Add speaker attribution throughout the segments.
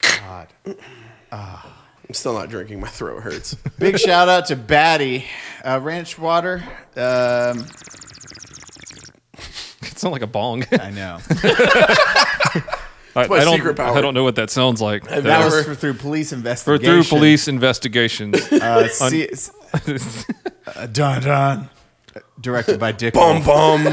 Speaker 1: God.
Speaker 2: I'm still not drinking. My throat hurts.
Speaker 1: Big shout out to Batty, uh, Ranch Water. Um,
Speaker 3: It sounds like a bong.
Speaker 1: I know
Speaker 3: I,
Speaker 2: my
Speaker 3: I don't,
Speaker 2: secret power.
Speaker 3: I don't know what that sounds like.
Speaker 1: that
Speaker 3: That
Speaker 1: was for,
Speaker 2: Never.
Speaker 1: through police
Speaker 3: or
Speaker 1: investigation.
Speaker 3: through police investigations.
Speaker 1: Uh, see, uh, dun dun. Directed by Dick.
Speaker 2: bum bum.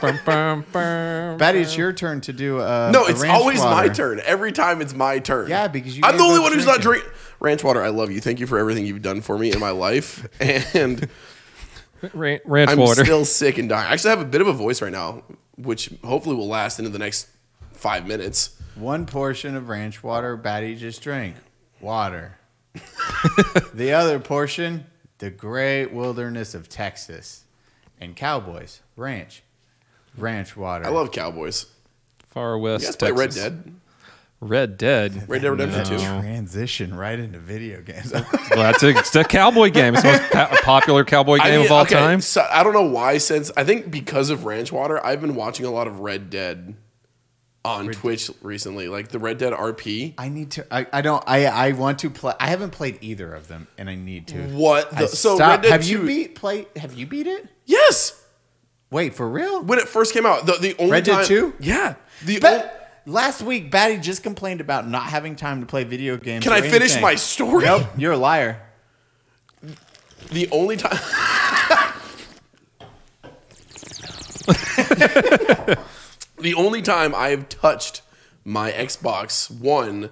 Speaker 3: Bum, bum, bum.
Speaker 1: Batty, it's your turn to do. Uh,
Speaker 2: No,
Speaker 1: the
Speaker 2: it's
Speaker 1: ranch
Speaker 2: always
Speaker 1: water.
Speaker 2: my turn. Every time it's my turn.
Speaker 1: Yeah, because you
Speaker 2: I'm the
Speaker 1: gave
Speaker 2: only
Speaker 1: up
Speaker 2: one who's not
Speaker 1: drinking.
Speaker 2: drinking. Ranch water, I love you. Thank you for everything you've done for me in my life. And
Speaker 3: Ran- ranch
Speaker 2: I'm
Speaker 3: water.
Speaker 2: still sick and dying. I actually have a bit of a voice right now, which hopefully will last into the next five minutes.
Speaker 1: One portion of ranch water, Batty just drank water. the other portion, the great wilderness of Texas, and cowboys, ranch, ranch water.
Speaker 2: I love Cowboys.
Speaker 3: Far West.
Speaker 2: You guys play Red
Speaker 3: Texas.
Speaker 2: Dead?
Speaker 3: Red Dead.
Speaker 2: Red Dead Redemption
Speaker 1: That
Speaker 2: 2.
Speaker 1: transition right into video games.
Speaker 3: Well, that's a, it's a cowboy game. It's the most po- popular cowboy game
Speaker 2: I mean,
Speaker 3: of all
Speaker 2: okay,
Speaker 3: time.
Speaker 2: So I don't know why since I think because of Ranch Water, I've been watching a lot of Red Dead on Twitch recently, like the Red Dead RP.
Speaker 1: I need to. I, I don't. I I want to play. I haven't played either of them, and I need to.
Speaker 2: What the
Speaker 1: I
Speaker 2: Mm. so Red
Speaker 1: stopped.
Speaker 2: Dead
Speaker 1: have
Speaker 2: 2,
Speaker 1: you beat play? Have you beat it?
Speaker 2: Yes.
Speaker 1: Wait for real?
Speaker 2: When it first came out, the, the only
Speaker 1: Red Dead
Speaker 2: time-
Speaker 1: 2?
Speaker 2: Yeah. The
Speaker 1: Ba-
Speaker 2: ol-
Speaker 1: last week, Batty just complained about not having time to play video games.
Speaker 2: Can
Speaker 1: or
Speaker 2: I finish
Speaker 1: anything.
Speaker 2: my story?
Speaker 1: Nope, you're a liar.
Speaker 2: the only time the only time I have touched my Xbox One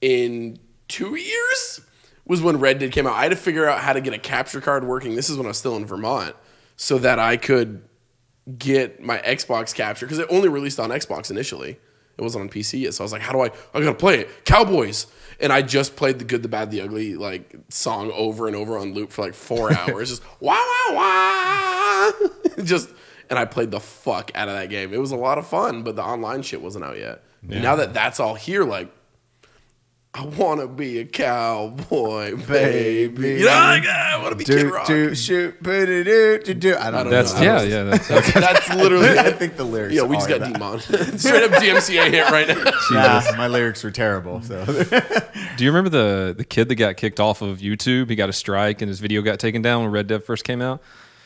Speaker 2: in two years was when Red Dead came out. I had to figure out how to get a capture card working. This is when I was still in Vermont, so that I could get my Xbox capture because it only released on Xbox initially. It wasn't on PC yet, so I was like, "How do I? I gotta play it, Cowboys." And I just played the Good, the Bad, the Ugly like song over and over on loop for like four hours, just wow, wow, wow, just. And I played the fuck out of that game. It was a lot of fun, but the online shit wasn't out yet. Now that that's all here, like I want to be a cowboy, baby.
Speaker 1: Baby.
Speaker 2: You know, like, I want to be Kid
Speaker 1: Do
Speaker 2: Rock.
Speaker 1: do shoot do do do do. I don't know.
Speaker 3: That's
Speaker 2: I
Speaker 3: yeah,
Speaker 2: was-
Speaker 3: yeah. That's, that's
Speaker 2: That's literally
Speaker 1: I
Speaker 2: it.
Speaker 1: think the lyrics.
Speaker 2: oh, Yeah, we just
Speaker 1: are
Speaker 2: got
Speaker 1: that.
Speaker 2: demon. Straight up DMCA hit right now.
Speaker 1: Nah, my lyrics were terrible. So
Speaker 3: Do you remember the the kid that got kicked off of YouTube? He got a strike and his video got taken down when Red Dead first came out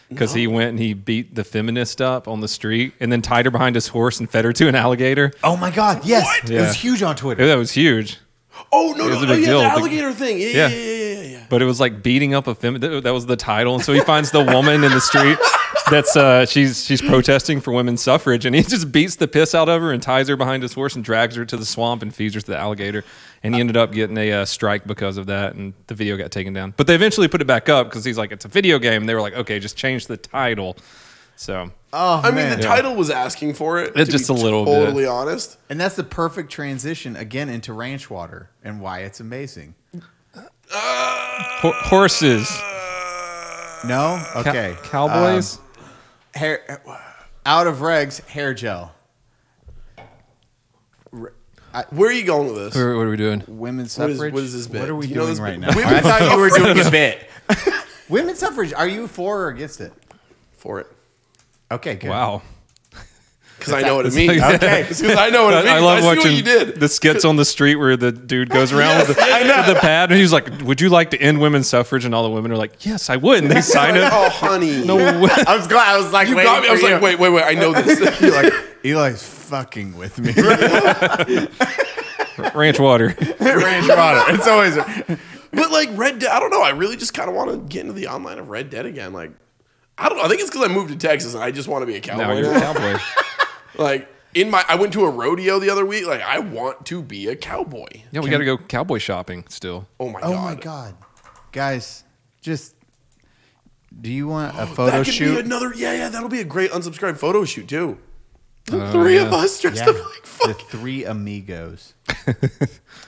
Speaker 3: because he went and he beat the feminist up on the street and then tied her behind his horse and fed her to an alligator.
Speaker 1: Oh my god, yes. It
Speaker 3: Yeah.
Speaker 1: was huge on Twitter.
Speaker 3: That was huge.
Speaker 2: Oh no,
Speaker 3: It was
Speaker 2: no,
Speaker 3: a
Speaker 2: oh,
Speaker 3: big
Speaker 2: yeah,
Speaker 3: deal,
Speaker 2: the
Speaker 3: but-
Speaker 2: alligator thing. Yeah, yeah,
Speaker 3: Yeah.
Speaker 2: yeah, yeah, yeah, yeah.
Speaker 3: But it was like beating up a feminist. That was the title. And so he finds the woman in the street that's uh, she's she's protesting for women's suffrage, and he just beats the piss out of her and ties her behind his horse and drags her to the swamp and feeds her to the alligator. And he ended up getting a uh, strike because of that, and the video got taken down. But they eventually put it back up because he's like, it's a video game. And they were like, okay, just change the title. So
Speaker 1: Oh
Speaker 2: I mean,
Speaker 1: man.
Speaker 2: the title was asking for it.
Speaker 3: It
Speaker 2: to
Speaker 3: just
Speaker 2: be
Speaker 3: a little bit.
Speaker 2: Totally honest.
Speaker 1: and that's the perfect transition again into ranch water and why it's amazing.
Speaker 3: ho- horses,
Speaker 1: No?
Speaker 3: Cow-
Speaker 1: Okay.
Speaker 3: cowboys.
Speaker 1: Um, hair out of regs hair gel.
Speaker 2: Where are you going with this?
Speaker 3: what are we doing?
Speaker 1: Women's
Speaker 2: What is-
Speaker 1: suffrage.
Speaker 2: what is this bit?
Speaker 1: are we
Speaker 2: Do you know
Speaker 1: doing
Speaker 2: this
Speaker 1: right now?
Speaker 2: bit? Women's
Speaker 1: I thought you were doing a bit. Women's suffrage. Are you for or against it?
Speaker 2: For it,
Speaker 1: Okay, good.
Speaker 3: Wow.
Speaker 2: because I know what it means.
Speaker 3: like-
Speaker 1: Okay.
Speaker 2: Because I know what it means.
Speaker 3: I, love
Speaker 2: see
Speaker 3: watching
Speaker 2: what you did.
Speaker 3: the skits on the street where the dude goes around with, the, with the pad and he's like, "Would you like to end women's suffrage?" And all the women are like, "Yes, I would." And they sign
Speaker 2: Like,
Speaker 3: it.
Speaker 2: oh, honey.
Speaker 3: No way.
Speaker 1: I was glad. I was like,
Speaker 2: you got me. I was like, wait, wait, wait. I know this.
Speaker 1: You're like, Eli's fucking with me.
Speaker 3: ranch water.
Speaker 1: ranch water. It's always
Speaker 2: But like Red Dead, I don't know. I really just kind of want to get into the online of Red Dead again. Like, I don't know. I think it's because I moved to Texas and I just want to be a
Speaker 3: Now
Speaker 2: cowboy.
Speaker 3: you're a cowboy.
Speaker 2: like in my, I went to a rodeo the other week. Like, I want to be a cowboy.
Speaker 3: Yeah, we got to go cowboy shopping still.
Speaker 2: Oh my
Speaker 1: Oh
Speaker 2: god.
Speaker 1: my god, guys, just do you want a
Speaker 2: That
Speaker 1: photo
Speaker 2: could
Speaker 1: shoot?
Speaker 2: be another. Yeah, yeah. That'll be a great unsubscribe photo shoot too. The
Speaker 3: Oh,
Speaker 2: three
Speaker 3: yeah.
Speaker 2: of us dressed
Speaker 1: yeah,
Speaker 2: up like
Speaker 1: the
Speaker 2: fuck.
Speaker 1: three amigos,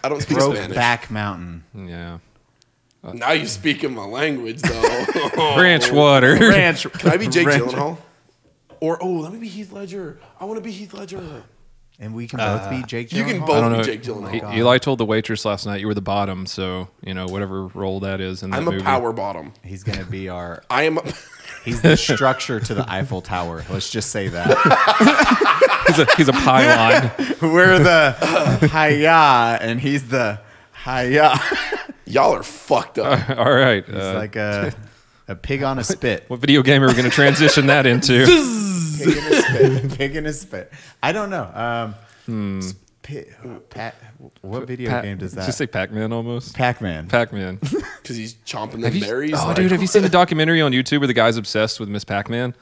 Speaker 2: I don't speak
Speaker 1: broke
Speaker 2: Spanish.
Speaker 1: back mountain,
Speaker 3: Yeah,
Speaker 2: Now you speak in my language though.
Speaker 3: ranch water.
Speaker 1: ranch.
Speaker 2: Can I be Jake Gyllenhaal? Or oh, let me be Heath Ledger. I want to be Heath Ledger.
Speaker 1: and we can both be Jake.
Speaker 2: you can
Speaker 1: Gyllenhaal?
Speaker 2: both-
Speaker 3: I don't know.
Speaker 2: Jake Gyllenhaal.
Speaker 3: E- Eli told the waitress last night you were the bottom, so you know whatever role that is in that
Speaker 2: I'm a
Speaker 3: movie.
Speaker 2: power bottom.
Speaker 1: He's gonna be our.
Speaker 2: I am. A,
Speaker 1: He's the structure to the Eiffel Tower. Let's just say that.
Speaker 3: He's a he's a pylon.
Speaker 1: We're the hiya, and he's the hiya.
Speaker 2: Y'all are fucked up.
Speaker 3: All right.
Speaker 1: It's
Speaker 3: Uh,
Speaker 1: like a a pig on a spit.
Speaker 3: what video game are we going to transition that into?
Speaker 1: Pig in a spit. Pig in a spit. I don't know. Um, spit- Pat, what video
Speaker 3: Pac-
Speaker 1: game does that?
Speaker 3: Just say Pac-Man almost.
Speaker 1: Pac-Man.
Speaker 3: Pac-Man.
Speaker 2: Because he's chomping the
Speaker 3: You-
Speaker 2: berries.
Speaker 3: oh,
Speaker 2: like-
Speaker 3: dude, have you seen the documentary on YouTube where the guy's obsessed with Miss Pac-Man?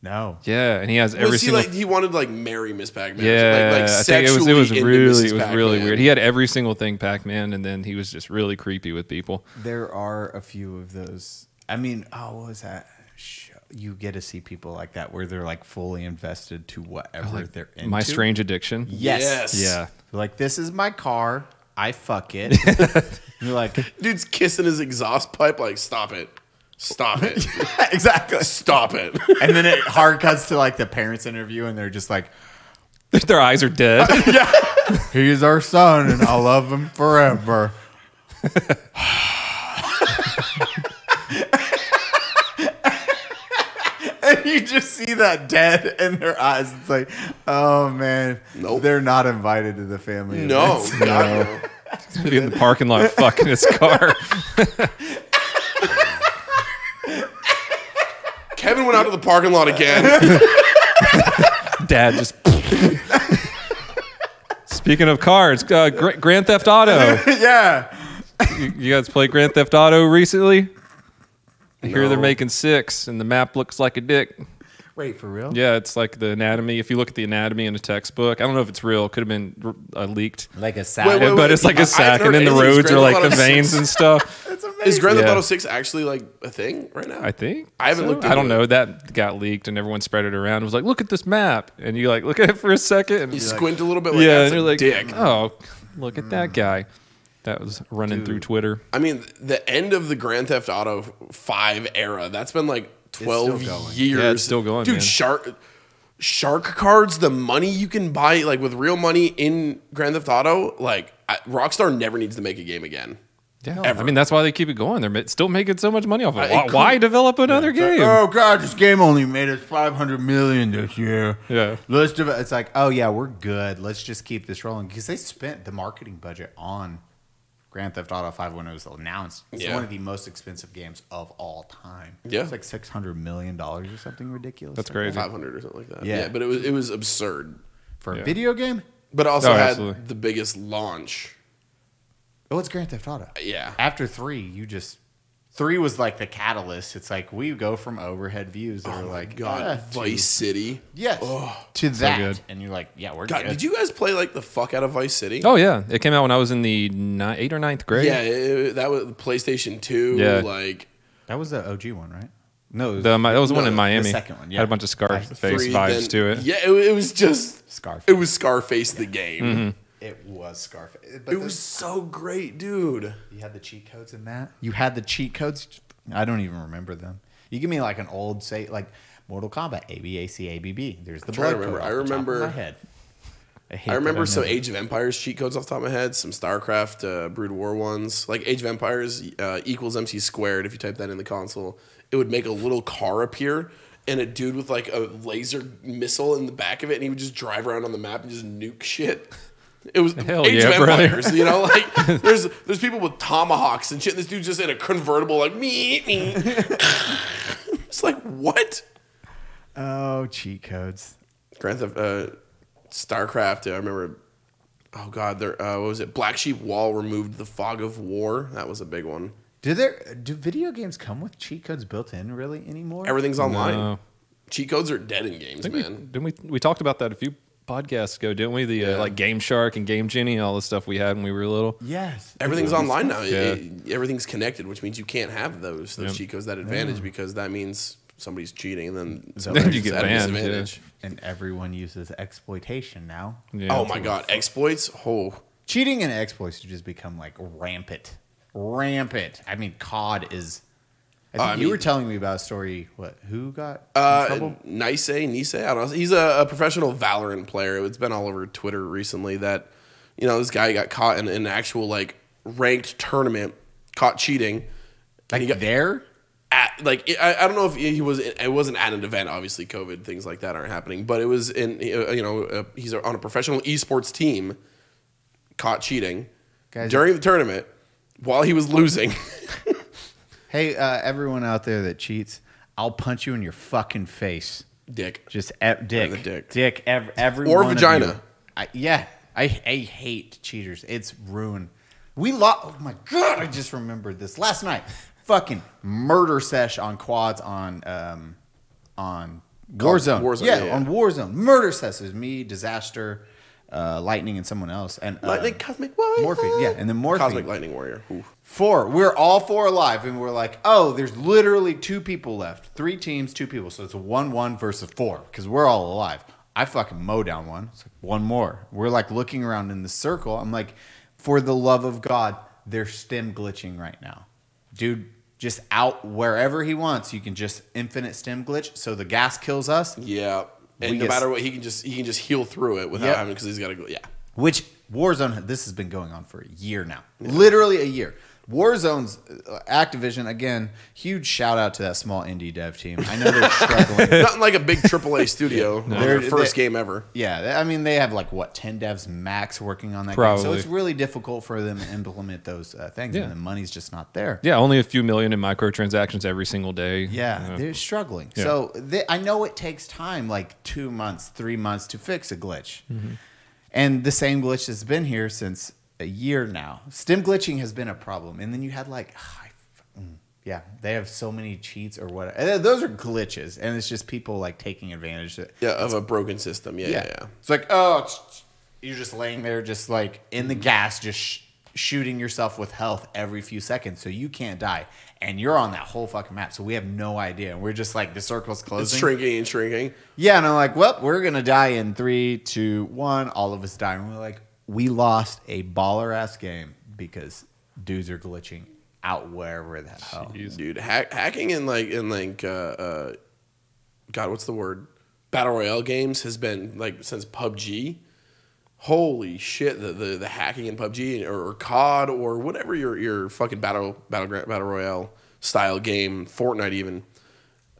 Speaker 1: no.
Speaker 3: Yeah, and he has every
Speaker 2: Was he
Speaker 3: single.
Speaker 2: like he wanted to like marry Miss Pac-Man?
Speaker 3: yeah,
Speaker 2: like, like
Speaker 3: I think it was. It
Speaker 2: sexually
Speaker 3: was
Speaker 2: into
Speaker 3: really,
Speaker 2: Mrs.
Speaker 3: it was really
Speaker 2: Pac-Man.
Speaker 3: weird. He had every single thing Pac-Man, and then he was just really creepy with people.
Speaker 1: There are a few of those. I mean, oh, what was that? Sh- You get to see people like that where they're like fully invested to whatever they're into.
Speaker 3: My strange addiction.
Speaker 1: Yes.
Speaker 2: Yes.
Speaker 3: Yeah.
Speaker 1: Like this is my car. I fuck it. You're like
Speaker 2: Dude's kissing his exhaust pipe. Like, stop it, stop it,
Speaker 1: exactly.
Speaker 2: stop it.
Speaker 1: And then it hard cuts to like the parents interview, and they're just like,
Speaker 3: Their eyes are dead.
Speaker 1: "He's our son, and I love him forever." and you just see that dead in their eyes. It's like, oh man,
Speaker 2: Nope.
Speaker 1: they're not invited to the family.
Speaker 2: No,
Speaker 1: events.
Speaker 2: God, no.
Speaker 3: Be in the parking lot, fucking his car.
Speaker 2: Kevin went out to the parking lot again.
Speaker 3: Dad just. Speaking of cars, uh, Gra- Grand Theft Auto.
Speaker 1: yeah.
Speaker 3: You, you guys play Grand Theft Auto recently? I hear they're
Speaker 2: No.
Speaker 3: making six, and the map looks like a dick.
Speaker 1: Wait for real?
Speaker 3: Yeah, it's like the anatomy. If you look at the anatomy in a textbook, I don't know if it's real. Could have been uh, leaked,
Speaker 1: Like a
Speaker 2: Wait, wait,
Speaker 1: salad.
Speaker 3: but it's like
Speaker 2: I-
Speaker 3: a
Speaker 2: I've
Speaker 3: sack,
Speaker 2: heard
Speaker 3: and then the
Speaker 2: aliens,
Speaker 3: roads are
Speaker 2: Grand
Speaker 3: like
Speaker 2: Theft Auto
Speaker 3: the veins and stuff.
Speaker 1: That's amazing.
Speaker 2: Is Grand Theft
Speaker 3: Yeah.
Speaker 2: Auto Six actually like a thing right now?
Speaker 3: I think
Speaker 2: I haven't
Speaker 3: so.
Speaker 2: looked
Speaker 3: I don't
Speaker 2: into
Speaker 3: know. That got leaked, and everyone spread it around. and was like, look at this map, and you like look at it for a second. And
Speaker 2: You
Speaker 3: you're like,
Speaker 2: squint a little bit. Like,
Speaker 3: yeah,
Speaker 2: yeah,
Speaker 3: and you're like,
Speaker 2: dick. Mm.
Speaker 3: oh, look at that guy. That was running through Twitter.
Speaker 2: I mean, the end of the Grand Theft Auto Five era. That's been like twelve
Speaker 1: still going.
Speaker 2: years.
Speaker 3: Yeah, it's still going,
Speaker 2: dude.
Speaker 3: man.
Speaker 2: Shark, shark cards. The money you can buy, like with real money in Grand Theft Auto, like I, Rockstar never needs to make a game again.
Speaker 3: Yeah,
Speaker 2: Ever.
Speaker 3: I mean that's why they keep it going. They're ma- still making so much money off of
Speaker 2: Uh,
Speaker 3: it.
Speaker 2: it
Speaker 3: Why,
Speaker 2: could-
Speaker 3: why develop another game?
Speaker 2: uh,
Speaker 1: Oh god, this game only made us 500 million this year.
Speaker 3: Yeah.
Speaker 1: Let's do it. It's like, oh yeah, we're good. Let's just keep this rolling because they spent the marketing budget on Grand Theft Auto 5 when it was announced. It's
Speaker 2: Yeah.
Speaker 1: one of the most expensive games of all time.
Speaker 2: Yeah.
Speaker 1: It's like 600 million dollars or something ridiculous.
Speaker 3: That's
Speaker 1: like
Speaker 3: crazy.
Speaker 1: that.
Speaker 2: Five hundred or something like that.
Speaker 1: Yeah.
Speaker 2: Yeah. but it was it was absurd.
Speaker 1: For a
Speaker 3: Yeah.
Speaker 1: video game?
Speaker 2: But it also
Speaker 3: Oh,
Speaker 2: had
Speaker 3: absolutely.
Speaker 2: the biggest launch.
Speaker 1: Oh, it's Grand Theft Auto.
Speaker 2: Yeah.
Speaker 1: After 3, you just 3 was like the catalyst. It's like we go from overhead views that are like
Speaker 2: God,
Speaker 1: eh, to-
Speaker 2: Vice City.
Speaker 1: Yes.
Speaker 2: Oh.
Speaker 1: to that.
Speaker 3: good.
Speaker 1: and you're like, yeah, we're
Speaker 2: God,
Speaker 1: good.
Speaker 2: did you guys play like the fuck out of Vice City?
Speaker 3: Oh yeah, it came out when I was in the ni- eight or ninth grade.
Speaker 2: yeah, it- it- that was PlayStation Two.
Speaker 3: Yeah.
Speaker 2: like
Speaker 1: That was the OG one, right? No, it was
Speaker 3: The, my, um, that was the one
Speaker 2: No,
Speaker 3: in
Speaker 2: the
Speaker 3: Miami.
Speaker 1: second one, yeah.
Speaker 3: Had a bunch of Scarface
Speaker 2: three,
Speaker 3: vibes
Speaker 2: then-
Speaker 3: to it.
Speaker 2: Yeah, it, it was just
Speaker 1: Scarface.
Speaker 2: It was Scarface the game.
Speaker 3: Mm-hmm.
Speaker 1: It was Scarface. But
Speaker 2: It was so great, dude.
Speaker 1: you had the cheat codes in that. You had the cheat codes. I don't even remember them. You give me like an old say like Mortal Kombat A B A C A B B. There's the
Speaker 2: trying
Speaker 1: blood
Speaker 2: to
Speaker 1: code
Speaker 2: remember. I
Speaker 1: off the top of
Speaker 2: remember-
Speaker 1: my head. I, hate
Speaker 2: I
Speaker 1: that
Speaker 2: remember some
Speaker 1: know that.
Speaker 2: Age of Empires cheat codes off the top of my head, some StarCraft, uh, Brood War ones. Like Age of Empires uh, equals MC squared. If you type that in the console, it would make a little car appear and a dude with like a laser missile in the back of it, and he would just drive around on the map and just nuke shit. It was
Speaker 3: Hell
Speaker 2: Age of
Speaker 3: yeah, brother.
Speaker 2: Empires, you know. Like there's there's people with tomahawks and shit. And this dude's just in a convertible, like me me. it's like what?
Speaker 1: Oh, cheat codes.
Speaker 2: Grand Theft, uh, Starcraft. I remember. Oh God, there. Uh, what was it? Black Sheep Wall removed the fog of war. That was a big one.
Speaker 1: Do there do video games come with cheat codes built in really anymore?
Speaker 2: Everything's online.
Speaker 3: No.
Speaker 2: Cheat codes are dead in games,
Speaker 3: I think we-
Speaker 2: man.
Speaker 3: Uh, didn't we? We talked about that a few podcasts ago, didn't we? The uh, like Game Shark and Game Genie and all the stuff we had when we were little.
Speaker 1: yes.
Speaker 2: Everything's online now. It-
Speaker 3: Yeah.
Speaker 2: it- everything's connected, which means you can't have those those
Speaker 3: Yep.
Speaker 2: cheat codes that advantage because that means somebody's cheating and then
Speaker 1: Then
Speaker 2: somebody's
Speaker 3: you get
Speaker 2: at a
Speaker 3: banned, yeah.
Speaker 2: disadvantage.
Speaker 1: And everyone uses exploitation now.
Speaker 3: Yeah,
Speaker 2: oh
Speaker 3: that's
Speaker 2: my
Speaker 3: what-
Speaker 2: God, exploits. Oh,
Speaker 1: cheating and exploits have just become like rampant, rampant. I mean, COD is. I think
Speaker 2: Uh, I
Speaker 1: you
Speaker 2: mean-
Speaker 1: were telling me about a story. What? Who got in
Speaker 2: Uh,
Speaker 1: trouble?
Speaker 2: Nice, Nice. I don't know. He's a, a professional Valorant player. It's been all over Twitter recently that you know this guy got caught in an actual like ranked tournament, caught cheating.
Speaker 1: Like
Speaker 2: he got-
Speaker 1: there?
Speaker 2: at like I, I don't know if he was it wasn't at an event obviously covid things like that aren't happening but it was in you know uh, he's on a professional esports team caught cheating
Speaker 1: Guys-
Speaker 2: during the tournament while he was losing
Speaker 1: Hey, uh, everyone out there that cheats, I'll punch you in your fucking face.
Speaker 2: dick
Speaker 1: Just e- dick,
Speaker 2: the dick.
Speaker 1: dick, ev- every
Speaker 2: Or
Speaker 1: one of
Speaker 2: vagina.
Speaker 1: you. I, yeah, I, I hate cheaters. It's ruined. We lost. Oh my god! I just remembered this last night. Fucking murder sesh on quads on um on Warzone.
Speaker 2: Warzone,
Speaker 1: yeah,
Speaker 2: yeah, yeah.
Speaker 1: on Warzone. Murder sesh is me, disaster, uh, lightning, and someone else. And uh,
Speaker 2: lightning cosmic warrior
Speaker 1: Morphe, yeah, and then Morphe.
Speaker 2: cosmic lightning warrior Ooh.
Speaker 1: Four. We're all four alive, and we're like, oh, there's literally two people left. Three teams, two people. So it's a one-one versus four because we're all alive. I fucking mow down one. It's like one more. We're like looking around in the circle. I'm like, for the love of God, they're stem glitching right now, dude. Just out wherever he wants. You can just infinite stem glitch. So the gas kills us.
Speaker 2: yeah and
Speaker 1: We
Speaker 2: no
Speaker 1: get-
Speaker 2: matter what he can just he can just heal through it without
Speaker 1: Yep.
Speaker 2: having because he's got to go yeah
Speaker 1: Which Warzone, this has been going on for a year now, literally a year. Warzone's uh, Activision again. Huge shout out to that small indie dev team. I know they're struggling.
Speaker 2: not in like a big AAA studio their
Speaker 1: They're-
Speaker 2: first
Speaker 1: they-
Speaker 2: game ever
Speaker 1: Yeah, they- I mean they have like what ten devs max working on that game, so
Speaker 3: Probably.
Speaker 1: it's really difficult for them to implement those uh, things,
Speaker 3: Yeah.
Speaker 1: and the money's just not there.
Speaker 3: Yeah, only a few million in microtransactions every single day.
Speaker 1: Yeah,
Speaker 3: You know.
Speaker 1: they're struggling.
Speaker 3: Yeah.
Speaker 1: So they, I know it takes time, like two months, three months to fix a glitch. And the same glitch has been here since a year now. Stem glitching has been a problem. And then you had like, I f- mm, yeah, they have so many cheats or whatever. And those are glitches. And it's just people like taking advantage of it.
Speaker 2: yeah of a broken system yeah yeah, yeah.
Speaker 1: It's like, oh, it's, you're just laying there, just like in the gas, just sh- shooting yourself with health every few seconds, so you can't die. And you're on that whole fucking map, so we have no idea. And we're just like, the circle's
Speaker 2: It's
Speaker 1: closing.
Speaker 2: shrinking and shrinking.
Speaker 1: Yeah, and I'm like, well, we're gonna die in three, two, one. All of us die, and we're like, we lost a baller ass game because dudes are glitching out wherever the hell.
Speaker 2: dude hack, hacking in like in like uh, uh god what's the word battle royale games has been like since pubg holy shit the the, the hacking in pubg or, or cod or whatever your your fucking battle battle battle royale style game fortnite even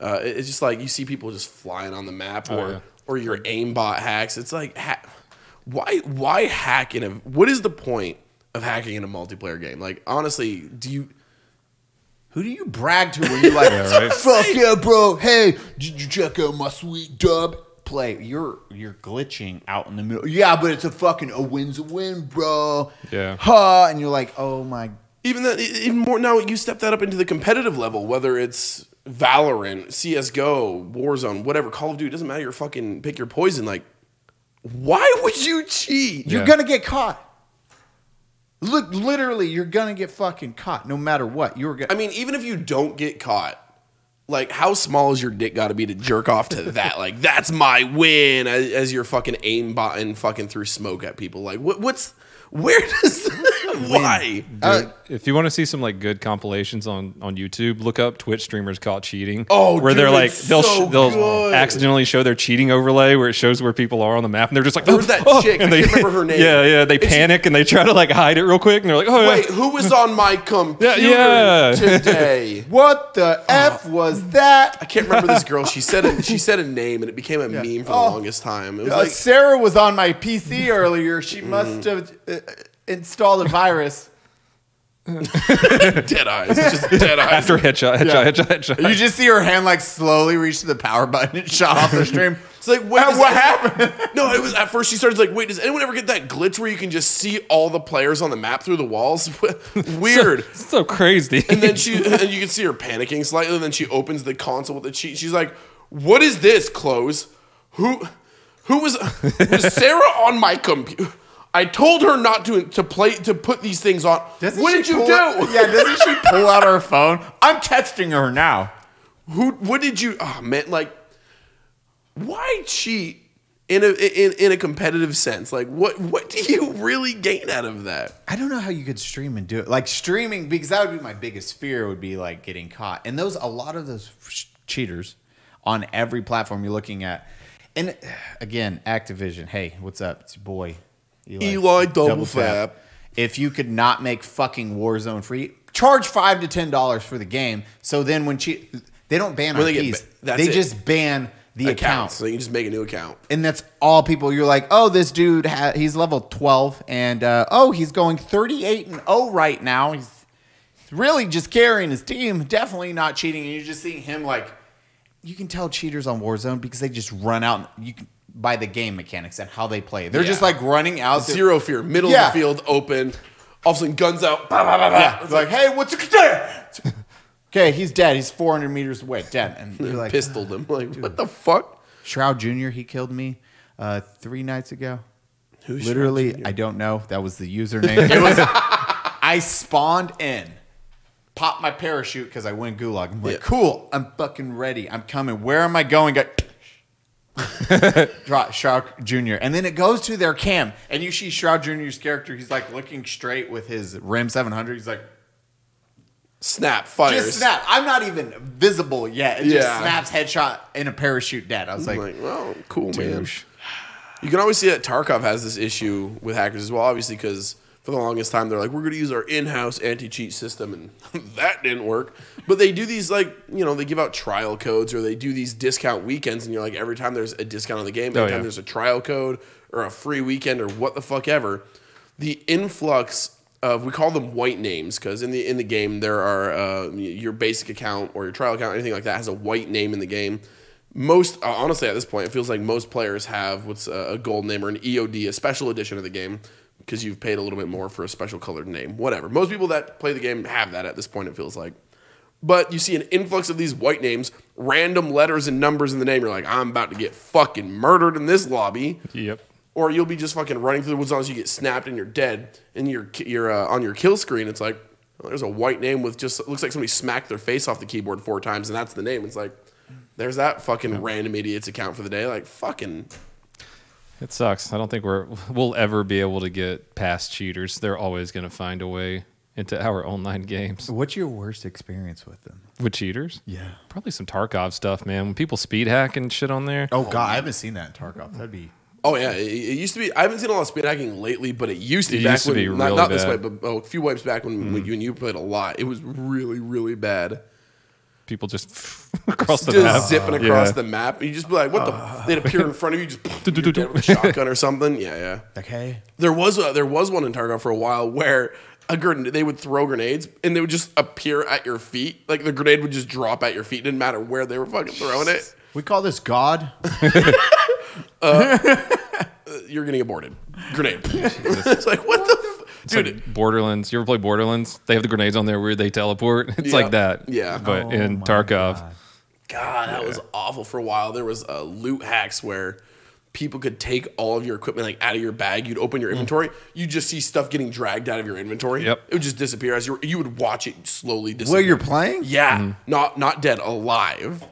Speaker 2: uh it- it's just like you see people just flying on the map or
Speaker 3: yeah.
Speaker 2: or your aimbot hacks it's like ha- why why hack in a what is the point of hacking in a multiplayer game like honestly do you
Speaker 1: Who do you brag to when you like?
Speaker 3: right.
Speaker 1: Fuck yeah, bro! Hey, did you check out my sweet dub play? You're you're glitching out in the middle. Yeah, but it's a fucking a win's a win, bro.
Speaker 3: Yeah.
Speaker 1: Huh? And you're like, oh my.
Speaker 2: even that e-, even more now you step that up into the competitive level whether it's valorant csgo warzone whatever call of duty doesn't matter your fucking pick your poison like why would you cheat
Speaker 1: You're
Speaker 3: Yeah.
Speaker 1: gonna get caught. Look, literally, you're gonna get fucking caught, no matter what. You're gonna.
Speaker 2: i mean even if you don't get caught like how small is your dick got to be to jerk off to that like that's my win as, as you're fucking aim botting fucking through smoke at people like what, what's where does why
Speaker 1: Uh,
Speaker 3: if you want to see some like good compilations on on YouTube, look up Twitch streamers caught cheating.
Speaker 2: Oh,
Speaker 3: where
Speaker 2: dude,
Speaker 3: they're like
Speaker 2: it's
Speaker 3: they'll
Speaker 2: so
Speaker 3: sh- they'll
Speaker 2: good.
Speaker 3: accidentally show their cheating overlay where it shows where people are on the map, and they're just like,
Speaker 2: There was
Speaker 3: "Oh,
Speaker 2: that
Speaker 3: oh,"
Speaker 2: chick,
Speaker 3: and
Speaker 2: I
Speaker 3: they,
Speaker 2: can't remember her name.
Speaker 3: Yeah, yeah. They
Speaker 2: It's-
Speaker 3: panic and they try to like hide it real quick, and they're like, "Oh, yeah."
Speaker 2: wait who was on my computer
Speaker 3: yeah.
Speaker 2: today
Speaker 1: what
Speaker 3: Uh-huh.
Speaker 1: the f was that?
Speaker 2: I can't remember this girl. She said a, she said a name, and it became a meme for the
Speaker 1: Oh.
Speaker 2: longest time. It was
Speaker 1: Uh,
Speaker 2: like
Speaker 1: Sarah was on my PC earlier. She
Speaker 3: Mm.
Speaker 1: must have uh, installed a virus.
Speaker 2: dead eyes, It's just dead eyes.
Speaker 3: After headshot, headshot, headshot, headshot.
Speaker 1: You just see her hand like slowly reach to the power button and shot off the stream.
Speaker 2: it's like wait,
Speaker 1: What
Speaker 2: is that-
Speaker 1: happened?
Speaker 2: No, it was at first she started like, wait, does anyone ever get that glitch where you can just see all the players on the map through the walls? Weird.
Speaker 3: It's so crazy.
Speaker 2: and then she, and you can see her panicking slightly. And then she opens the console with the cheat. She's like, "What is this? Close? Who, who was, was Sarah on my computer? I told her not to to play to put these things on. what did you do?
Speaker 1: yeah, doesn't she pull out her phone? I'm texting her now.
Speaker 2: who what did you oh man like why cheat in a in, in a competitive sense like what what do you really gain out of that
Speaker 1: I don't know how you could stream and do it. Like streaming, because that would be my biggest fear would be like getting caught. And those, a lot of those sh- cheaters on every platform you're looking at. And again, Activision. Hey, what's up? It's your boy
Speaker 2: Eli Double Fab.
Speaker 1: If you could not make fucking Warzone free, charge five to ten dollars for the game. So then when she, they don't ban
Speaker 2: When they get
Speaker 1: IPs,
Speaker 2: ba- that's
Speaker 1: they
Speaker 2: it.
Speaker 1: just ban the
Speaker 2: Accounts.
Speaker 1: account.
Speaker 2: So you can just make a new account.
Speaker 1: and that's all people you're like oh this dude ha- he's level 12 and uh, oh he's going 38 and 0 right now he's really just carrying his team definitely not cheating and you're just seeing him like you can tell cheaters on warzone because they just run out you can, by the game mechanics and how they play they're just
Speaker 2: Yeah.
Speaker 1: like running out there-
Speaker 2: Zero fear. Middle
Speaker 1: Yeah.
Speaker 2: of the field, open. All of a sudden, guns out. Bah, bah, bah, bah.
Speaker 1: yeah it's like hey what's it okay he's dead he's 400 meters away dead and you're like
Speaker 2: Pistoled him. Like, what the fuck?
Speaker 1: Shroud Jr. He killed me uh, three nights ago.
Speaker 2: Who's
Speaker 1: Literally, I don't know. That was the username. it was. I spawned in, popped my parachute because I went gulag. I'm like,
Speaker 2: Yeah.
Speaker 1: cool. I'm fucking ready. I'm coming. Where am I going? Go- Dra- Shroud Jr. And then it goes to their cam, and you see Shroud Jr.'s character. He's like looking straight with his Rim 700. He's like,
Speaker 2: Snap, fires.
Speaker 1: just snap. I'm not even visible yet. It
Speaker 2: Yeah. Oh
Speaker 1: just snaps headshot in a parachute dead. I was
Speaker 2: I'm
Speaker 1: like,
Speaker 2: like, well, cool, man. You can always see that Tarkov has this issue with hackers as well, obviously, because for the longest time they're like, we're going to use our in-house anti-cheat system, and that didn't work. But they do these like, you know, they give out trial codes or they do these discount weekends, and you're like, every time there's a discount on the game, every
Speaker 3: Oh,
Speaker 2: time
Speaker 3: yeah.
Speaker 2: there's a trial code or a free weekend or what the fuck ever, the influx of we call them white names because in the in the game there are uh, your basic account or your trial account anything like that has a white name in the game most uh, honestly at this point it feels like most players have what's a, a gold name or an EOD, a special edition of the game, because you've paid a little bit more for a special colored name. Whatever. Most people that play the game have that at this point. It feels like, but you see an influx of these white names, random letters and numbers in the name. You're like, I'm about to get fucking murdered in this lobby
Speaker 3: Yep.
Speaker 2: or you'll be just fucking running through the woods as you get snapped and you're dead and you're you're uh, on your kill screen it's like well, there's a white name with just it looks like somebody smacked their face off the keyboard four times and that's the name it's like there's that fucking random idiot's account for the day like fucking
Speaker 3: It sucks. I don't think we're we'll ever be able to get past cheaters. They're always going to find a way into our online games
Speaker 1: What's your worst experience with them?
Speaker 3: with cheaters.
Speaker 1: Yeah.
Speaker 3: Probably some Tarkov stuff, man. When people speed hack and shit on there.
Speaker 1: Oh god, I haven't seen that in Tarkov. That'd be
Speaker 2: oh yeah it, it used to be I haven't seen a lot of speed hacking lately but it used to
Speaker 3: It
Speaker 2: back
Speaker 3: used to
Speaker 2: when
Speaker 3: be
Speaker 2: not,
Speaker 3: really
Speaker 2: not this way
Speaker 3: bad. Mm-hmm.
Speaker 2: but oh, a few wipes back when, when you and you played a lot it was really really bad
Speaker 3: People just across the
Speaker 2: just
Speaker 3: map.
Speaker 2: zipping across
Speaker 3: Yeah. Uh.
Speaker 2: the map you just be like what the they'd appear in front of you just you're dead with a shotgun or something yeah yeah
Speaker 1: okay.
Speaker 2: There was a, there was one in Tarkov for a while where a grenade, they would throw grenades and they would just appear at your feet. Like the grenade would just drop at your feet. It didn't matter where they were fucking throwing it.
Speaker 1: We call this God.
Speaker 2: You're getting aborted. Grenade. it's like what the f-
Speaker 3: It's
Speaker 2: dude.
Speaker 3: like Borderlands. You ever play Borderlands? They have the grenades on there where they teleport. It's
Speaker 2: Yeah.
Speaker 3: like that.
Speaker 2: Yeah.
Speaker 3: But
Speaker 1: Oh
Speaker 3: in
Speaker 1: my
Speaker 3: Tarkov,
Speaker 1: God.
Speaker 2: God, that was awful for a while. There was uh, loot hacks where people could take all of your equipment like out of your bag. You'd open your inventory, you just see stuff getting dragged out of your inventory.
Speaker 3: Yep.
Speaker 2: it would just disappear as you were, you would watch it slowly disappear.
Speaker 1: Where you're playing?
Speaker 2: Yeah, not not dead, alive.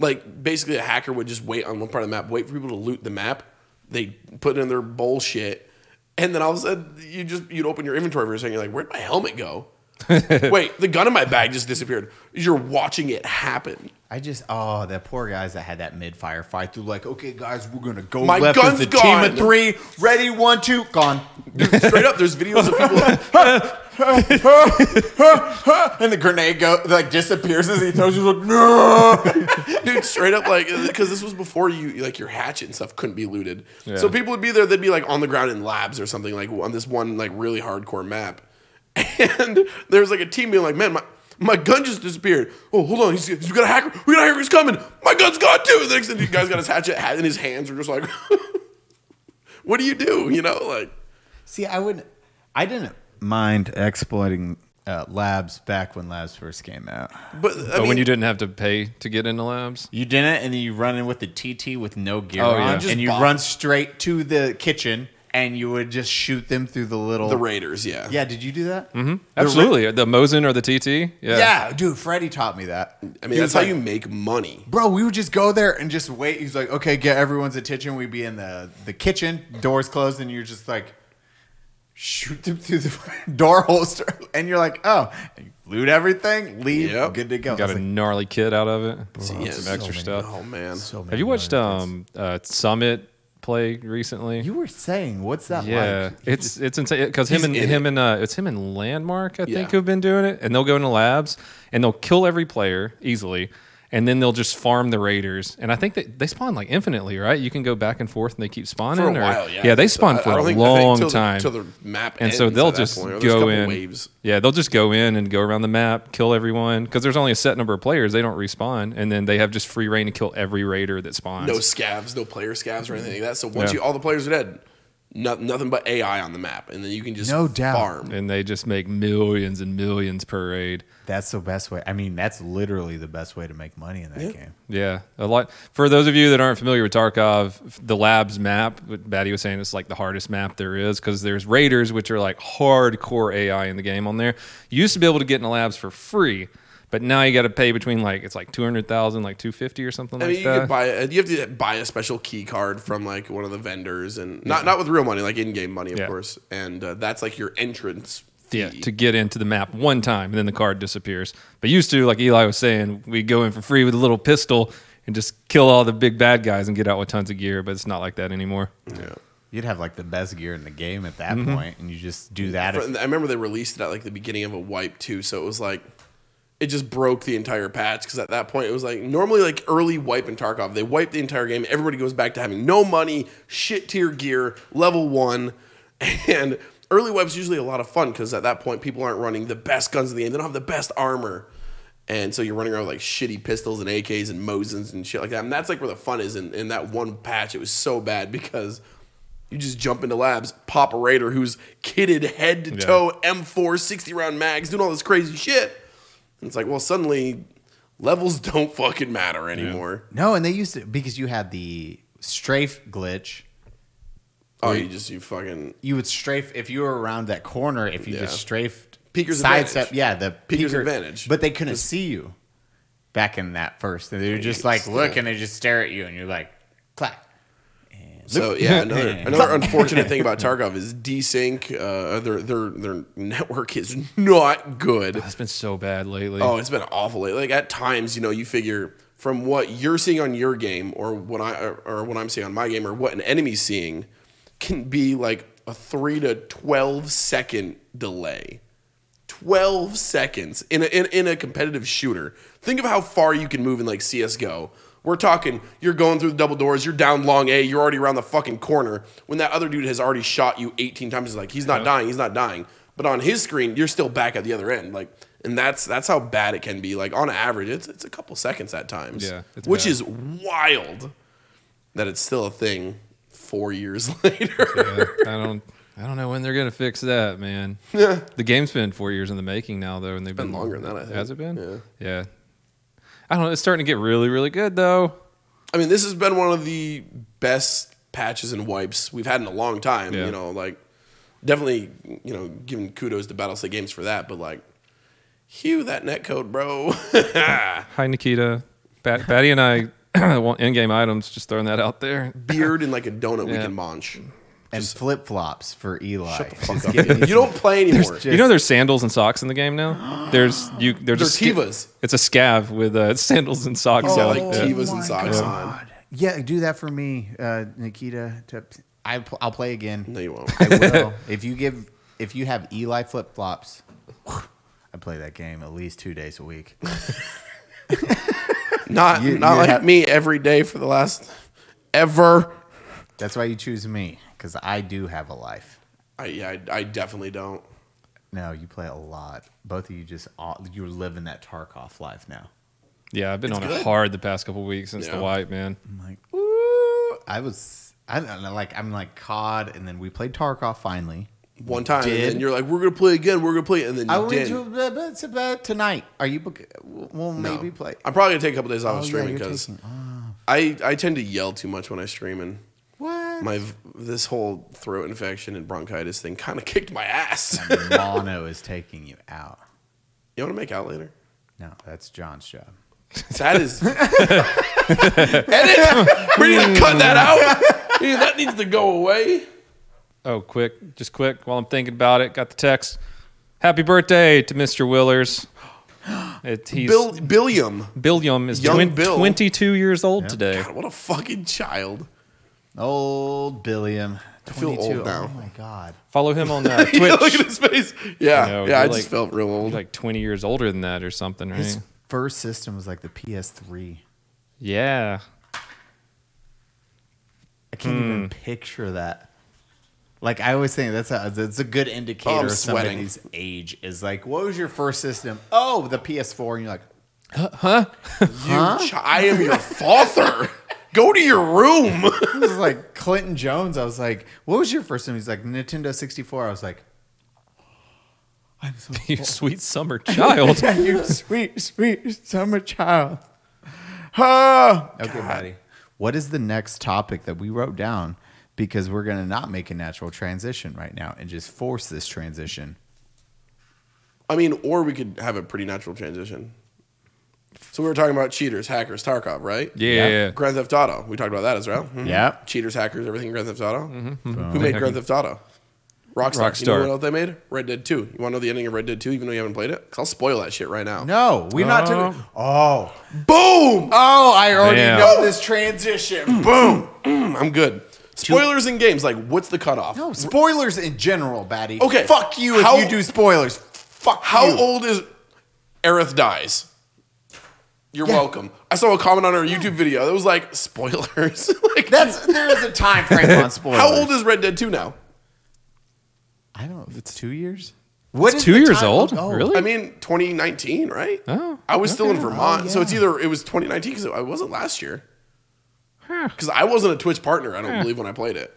Speaker 2: Like basically, a hacker would just wait on one part of the map, wait for people to loot the map. They put in their bullshit, and then all of a sudden, you just you'd open your inventory for a second. You're like, "Where'd my helmet go?" wait, the gun in my bag just disappeared. You're watching it happen.
Speaker 1: I just oh that poor guys that had that mid fire fight through like okay guys we're gonna go
Speaker 2: My
Speaker 1: left with
Speaker 2: gun's
Speaker 1: the
Speaker 2: gone.
Speaker 1: team of three ready one two gone
Speaker 2: Straight up, there's videos of people.
Speaker 1: and the grenade go like disappears as he throws he's like no
Speaker 2: Dude, straight up, like, because this was before you, like, your hatchet and stuff couldn't be looted.
Speaker 3: Yeah.
Speaker 2: So people would be there, they'd be, like, on the ground in labs or something, like, on this one, like, really hardcore map. And there's, like, a team being like, man, my, my gun just disappeared. Oh, hold on. He's, he's got a hacker. We got a hacker. He's coming. My gun's gone, too. And the next thing, the guy's got his hatchet hat and his hands are just like, what do you do? You know, like,
Speaker 1: see I wouldn't I didn't mind exploiting uh, labs back when labs first came out
Speaker 2: but, I
Speaker 3: but
Speaker 2: mean,
Speaker 3: when you didn't have to pay to get into labs,
Speaker 1: You didn't, and then you run in with the TT with no gear
Speaker 3: Oh,
Speaker 1: on,
Speaker 3: yeah.
Speaker 2: Just
Speaker 1: and you
Speaker 2: bomb.
Speaker 1: run straight to the kitchen, and you would just shoot them through the little.
Speaker 2: the Raiders, yeah.
Speaker 1: yeah, did you do that? Mm-hmm.
Speaker 3: absolutely. The Mosin or the TT. Yeah.
Speaker 1: Yeah, dude, Freddie taught me that.
Speaker 2: I mean, that's how you make money.
Speaker 1: Bro, we would just go there and just wait. He's like, "Okay, get everyone's attention." We'd be in the the kitchen, doors closed, and you're just like, shoot them through the door holster, and you're like, "Oh, loot everything, leave,
Speaker 2: Yep.
Speaker 1: good to go."
Speaker 3: Got
Speaker 1: I was
Speaker 3: a
Speaker 1: like,
Speaker 3: gnarly kid out of it.
Speaker 2: yeah,
Speaker 3: Some
Speaker 2: so
Speaker 1: many-
Speaker 3: extra stuff.
Speaker 2: Oh, man.
Speaker 1: so many
Speaker 3: Have you watched
Speaker 1: million things.
Speaker 3: um, uh, Summit play recently.
Speaker 1: You were saying, what's that
Speaker 3: yeah,
Speaker 1: like?
Speaker 3: it's it's insane because him
Speaker 2: He's
Speaker 3: and
Speaker 2: in
Speaker 3: him and uh, it's him and Landmark I think
Speaker 2: Yeah.
Speaker 3: who've been doing it, and they'll go into labs and they'll kill every player easily, and then they'll just farm the raiders. And I think that they spawn like infinitely, right? You can go back and forth and they keep spawning.
Speaker 2: for a
Speaker 3: or-
Speaker 2: while. Yeah,
Speaker 3: yeah, they
Speaker 2: So
Speaker 3: spawn
Speaker 2: I- I
Speaker 3: for a
Speaker 2: don't think- I think
Speaker 3: long
Speaker 2: till the-
Speaker 3: time.
Speaker 2: till the map,
Speaker 3: and so
Speaker 2: ends
Speaker 3: they'll
Speaker 2: at that
Speaker 3: just
Speaker 2: point, or there's a
Speaker 3: go
Speaker 2: couple
Speaker 3: in.
Speaker 2: waves.
Speaker 3: Yeah, they'll just go in and go around the map, kill everyone because there's only a set number of players. They don't respawn, and then they have just free reign to kill every raider that spawns.
Speaker 2: No scavs, no player scavs or anything like that. So once
Speaker 3: Yeah.
Speaker 2: you all the players are dead, no, nothing but AI on the map, and then you can just
Speaker 1: No doubt.
Speaker 2: farm.
Speaker 3: and they just make millions and millions per raid.
Speaker 1: That's the best way. I mean, that's literally the best way to make money in that game.
Speaker 3: Yeah, a lot. For those of you that aren't familiar with Tarkov, the labs map, what Batty was saying, it's like the hardest map there is because there's raiders, which are like hardcore AI in the game on there. You used to be able to get in the labs for free, but now you got to pay between like it's like two hundred thousand, like two fifty or something
Speaker 2: I mean,
Speaker 3: like
Speaker 2: you
Speaker 3: that.
Speaker 2: could buy a, you have to buy a special key card from like one of the vendors, and not not with real money, like in game money, of
Speaker 3: Yeah.
Speaker 2: course. And uh, that's like your entrance fee.
Speaker 3: yeah, to get into the map one time, and then the card disappears. But used to, like Eli was saying, we go in for free with a little pistol and just kill all the big bad guys and get out with tons of gear. But it's not like that anymore.
Speaker 2: yeah.
Speaker 1: You'd have like the best gear in the game at that
Speaker 3: Mm-hmm.
Speaker 1: point, and you just do that.
Speaker 2: For- I remember they released it at like the beginning of a wipe too, so it was like it just broke the entire patch because at that point it was like normally like early wipe in Tarkov, they wipe the entire game. Everybody goes back to having no money, shit tier gear, level one, and early wipe's usually a lot of fun because at that point people aren't running the best guns in the game. They don't have the best armor. And so you're running around with like shitty pistols and AKs and Mosins and shit like that. And that's like where the fun is. In, in that one patch, it was so bad because you just jump into labs, pop a raider who's kitted head to toe, M4, 60 round mags, doing all this crazy shit. And it's like, well, suddenly levels don't fucking matter anymore.
Speaker 1: no, and they used it because you had the strafe glitch.
Speaker 2: Oh, you just, you fucking.
Speaker 1: You would strafe if you were around that corner. If you
Speaker 2: Yeah.
Speaker 1: just strafed
Speaker 2: Peeker's advantage.
Speaker 1: step, yeah, the
Speaker 2: Peeker's advantage.
Speaker 1: But they couldn't see you back in that first. They were just
Speaker 2: it's
Speaker 1: like
Speaker 2: still-
Speaker 1: look, and they just stare at you, and you're like, clack.
Speaker 2: So yeah, another, another unfortunate thing about Tarkov is desync. Uh, their their their network is not good.
Speaker 3: It's been so bad lately.
Speaker 2: Oh, it's been awful. lately. Like at times, you know, you figure from what you're seeing on your game, or what I, or, or what I'm seeing on my game, or what an enemy's seeing, can be like a three to twelve second delay. Twelve seconds in a, in, in a competitive shooter. Think of how far you can move in like CS:GO. We're talking. You're going through the double doors. You're down long A. You're already around the fucking corner when that other dude has already shot you 18 times. He's like, he's not dying. He's not dying. But on his screen, you're still back at the other end. Like, and that's that's how bad it can be. Like on average, it's it's a couple seconds at times.
Speaker 3: Yeah, it's
Speaker 2: which
Speaker 3: bad.
Speaker 2: is wild that it's still a thing four years later.
Speaker 3: I don't. I don't know when they're gonna fix that, man.
Speaker 2: Yeah.
Speaker 3: The game's been four years in the making now, though, and they've been,
Speaker 2: been longer than that, I think.
Speaker 3: Has it been?
Speaker 2: Yeah.
Speaker 3: Yeah. I don't know. It's starting to get really, really good though.
Speaker 2: I mean, this has been one of the best patches and wipes we've had in a long time.
Speaker 3: Yeah.
Speaker 2: You know, like definitely, you know, giving kudos to Battlestate Games for that. But like, hew that netcode, bro.
Speaker 3: Hi, Nikita. Bat- Batty and I want in-game items. Just throwing that out there.
Speaker 2: Beard and like a donut we
Speaker 3: Yeah.
Speaker 2: can munch.
Speaker 1: And flip flops for Eli.
Speaker 2: Shut the
Speaker 1: Just
Speaker 2: fuck up.
Speaker 1: get
Speaker 2: You
Speaker 1: these-
Speaker 2: don't play anymore.
Speaker 1: just-
Speaker 3: you know, there's sandals and socks in the game now. There's you. There's
Speaker 2: They're
Speaker 3: a sca-
Speaker 2: Tevas.
Speaker 3: It's a scav with uh, sandals and socks.
Speaker 2: Oh,
Speaker 3: on.
Speaker 2: like
Speaker 3: Yeah.
Speaker 2: Tevas and
Speaker 1: my
Speaker 2: socks on.
Speaker 1: God. Yeah, do that for me, uh, Nikita. To, I, pl- I'll play again.
Speaker 2: No, you won't.
Speaker 1: I will. if you give, if you have Eli flip flops, I play that game at least two days a week.
Speaker 2: Not
Speaker 1: You-
Speaker 2: not
Speaker 1: you
Speaker 2: like
Speaker 1: have-
Speaker 2: me every day for the last ever.
Speaker 1: That's why you choose me because I do have a life.
Speaker 2: I, yeah, I, I definitely don't.
Speaker 1: No, you play a lot. Both of you just all- you're living that Tarkov life now.
Speaker 3: Yeah, I've been on
Speaker 2: good.
Speaker 3: it hard the past couple weeks since
Speaker 2: Yeah.
Speaker 3: the wipe, man.
Speaker 1: I'm like, ooh, I was. I don't know, like I'm like COD, and then we played Tarkov finally.
Speaker 2: One time,
Speaker 1: Did.
Speaker 2: and then you're like, "We're gonna play again. We're gonna play," and then you
Speaker 1: I went
Speaker 2: did.
Speaker 1: to blah, blah, blah, blah, tonight. Are you book? We'll maybe play.
Speaker 2: I'm probably gonna take a couple days off
Speaker 1: Oh,
Speaker 2: of
Speaker 1: yeah,
Speaker 2: streaming
Speaker 1: you're
Speaker 2: because
Speaker 1: taking-
Speaker 2: I I tend to yell too much when I stream, and
Speaker 1: What?
Speaker 2: my v- this whole throat infection and bronchitis thing kind of kicked my ass.
Speaker 1: mono is taking you out.
Speaker 2: you want to make out later?
Speaker 1: No, that's John's job.
Speaker 2: That is. Edit. We're gonna cut that out. Dude, that needs to go away.
Speaker 3: Oh, quick, just quick. While I'm thinking about it, got the text. Happy birthday to Mr. Willers. It, he's
Speaker 2: Bill Billiam.
Speaker 3: Billiam is
Speaker 2: Young
Speaker 3: twen-
Speaker 2: Bill.
Speaker 3: 22 years old today.
Speaker 2: God, what a fucking child.
Speaker 1: Old Billiam. I
Speaker 2: feel old now.
Speaker 1: Oh my god.
Speaker 3: Follow him on uh,
Speaker 2: Yeah, Look at
Speaker 3: Twitch.
Speaker 2: his face. Yeah,
Speaker 3: know,
Speaker 2: yeah. I
Speaker 3: you're
Speaker 2: just
Speaker 3: like-
Speaker 2: felt real
Speaker 3: He's
Speaker 2: old.
Speaker 3: like 20 years older than that or something, right?
Speaker 1: His first system was like the PS3.
Speaker 3: yeah.
Speaker 1: I can't even picture that. Like I always think that's a that's a good indicator
Speaker 2: Oh, I'm
Speaker 1: of somebody's age is like, what was your first system? Oh, the PS4, and you're like,
Speaker 2: You ch- I am your father. Go to your room.
Speaker 1: this is like Clinton Jones. I was like, what was your first system? He's like Nintendo 64. I was like, I'm so
Speaker 3: You sweet summer child.
Speaker 1: you sweet, sweet summer child. Ah. Okay, buddy. What is the next topic that we wrote down? Because we're gonna not make a natural transition right now and just force this transition.
Speaker 2: I mean, or we could have a pretty natural transition. So we were talking about cheaters, hackers, Tarkov, right?
Speaker 3: Yeah.
Speaker 2: Grand Theft Auto. We talked about that as well. Mhm.
Speaker 1: Yep.
Speaker 2: Cheaters, hackers, everything Grand Theft Auto. Who made Grand Theft Auto? Rockstar. You
Speaker 3: Mm-hmm. Rockstar.
Speaker 2: know what else they made? Red Dead 2. You want to know the ending of Red Dead 2 even though you haven't played it? 'Cause I'll spoil that shit right now.
Speaker 1: No, we're not.
Speaker 3: Oh.
Speaker 1: doing oh,
Speaker 2: Boom!
Speaker 1: oh! I already
Speaker 3: Damn.
Speaker 1: know this transition.
Speaker 2: Boom! Mm, I'm good. Spoilers in games, like what's the cutoff?
Speaker 1: No spoilers in general, Batty.
Speaker 2: Okay.
Speaker 1: fuck you if
Speaker 2: How-
Speaker 1: you do spoilers. Fuck
Speaker 2: How
Speaker 1: you.
Speaker 2: old is Aerith dies? You're welcome. I saw a comment on our YouTube video that was like spoilers. like
Speaker 1: That's there is a time frame on spoilers.
Speaker 2: how old is Red Dead 2 now?
Speaker 1: I don't. It's two years. What is
Speaker 3: two
Speaker 1: the
Speaker 3: years
Speaker 1: time-
Speaker 3: old?
Speaker 1: Oh,
Speaker 3: Really?
Speaker 2: I mean 2019, right?
Speaker 3: Oh,
Speaker 2: I was still in Vermont, so
Speaker 1: yeah.
Speaker 2: it's either it was 2019 because I wasn't last year. Because I wasn't a Twitch partner, I don't believe when I played it.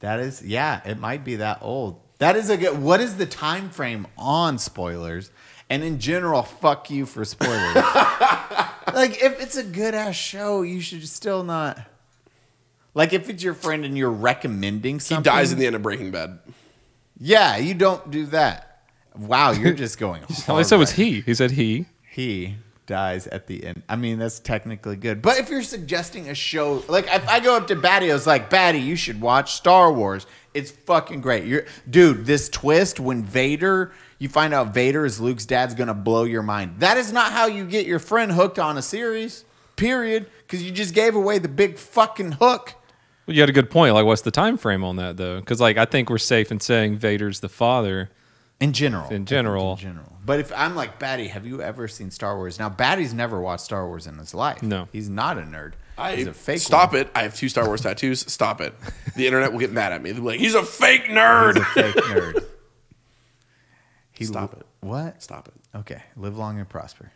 Speaker 1: That is, yeah, it might be that old. That is a good. What is the time frame on spoilers? And in general, fuck you for spoilers. like, if it's a good ass show, you should still not. Like, if it's your friend and you're recommending
Speaker 2: He
Speaker 1: something,
Speaker 2: dies in the end of Breaking Bad.
Speaker 1: yeah, you don't do that. Wow, you're just going.
Speaker 3: All Oh, I
Speaker 1: hard
Speaker 3: said was
Speaker 1: right
Speaker 3: he. He said he.
Speaker 1: he dies at the end. I mean, that's technically good. But if you're suggesting a show, like if I go up to Batty, I was like, Batty, you should watch Star Wars. It's fucking great. You're, dude, this twist when Vader, you find out Vader is Luke's dad's gonna blow your mind. That is not how you get your friend hooked on a series, period. Because you just gave away the big fucking hook.
Speaker 3: Well, you had a good point. Like, what's the time frame on that though? Because like I think we're safe in saying Vader's the father.
Speaker 1: In general.
Speaker 3: In general.
Speaker 1: In general. But if I'm like, Batty, have you ever seen Star Wars? Now, Batty's never watched Star Wars in his life.
Speaker 3: No.
Speaker 1: He's not a nerd.
Speaker 2: I
Speaker 1: He's a fake one.
Speaker 2: stop it. I have two Star Wars tattoos. Stop it. The internet will get mad at me. They'll be like, he's a fake nerd.
Speaker 1: He's a fake nerd. He
Speaker 2: Stop
Speaker 1: li-
Speaker 2: it.
Speaker 1: What?
Speaker 2: Stop it.
Speaker 1: Okay. Live long and prosper.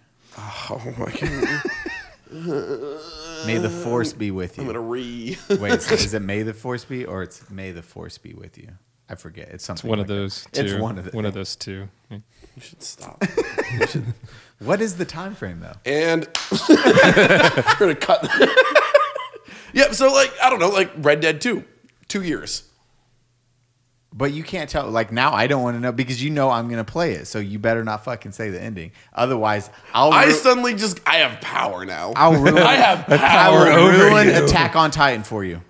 Speaker 2: Oh my god.
Speaker 1: May the force be with
Speaker 2: I'm
Speaker 1: you.
Speaker 2: gonna re
Speaker 1: Wait, so is it May the force be, or it's May the force be with you? I forget. It's something.
Speaker 3: One of
Speaker 1: like that.
Speaker 3: those two.
Speaker 1: It's one of the
Speaker 3: One of those two.
Speaker 2: You should stop.
Speaker 1: What is the time frame though?
Speaker 2: And we're gonna cut Yep, so like I don't know, like Red Dead 2. Two years.
Speaker 1: But you can't tell. Like now, I don't want to know because you know I'm gonna play it. So you better not fucking say the ending. Otherwise, I'll.
Speaker 2: I
Speaker 1: ru-
Speaker 2: suddenly just I have power now.
Speaker 1: I'll ruin.
Speaker 2: I have
Speaker 1: I
Speaker 2: power
Speaker 1: will
Speaker 2: over
Speaker 1: ruin
Speaker 2: you.
Speaker 1: Attack on Titan for you.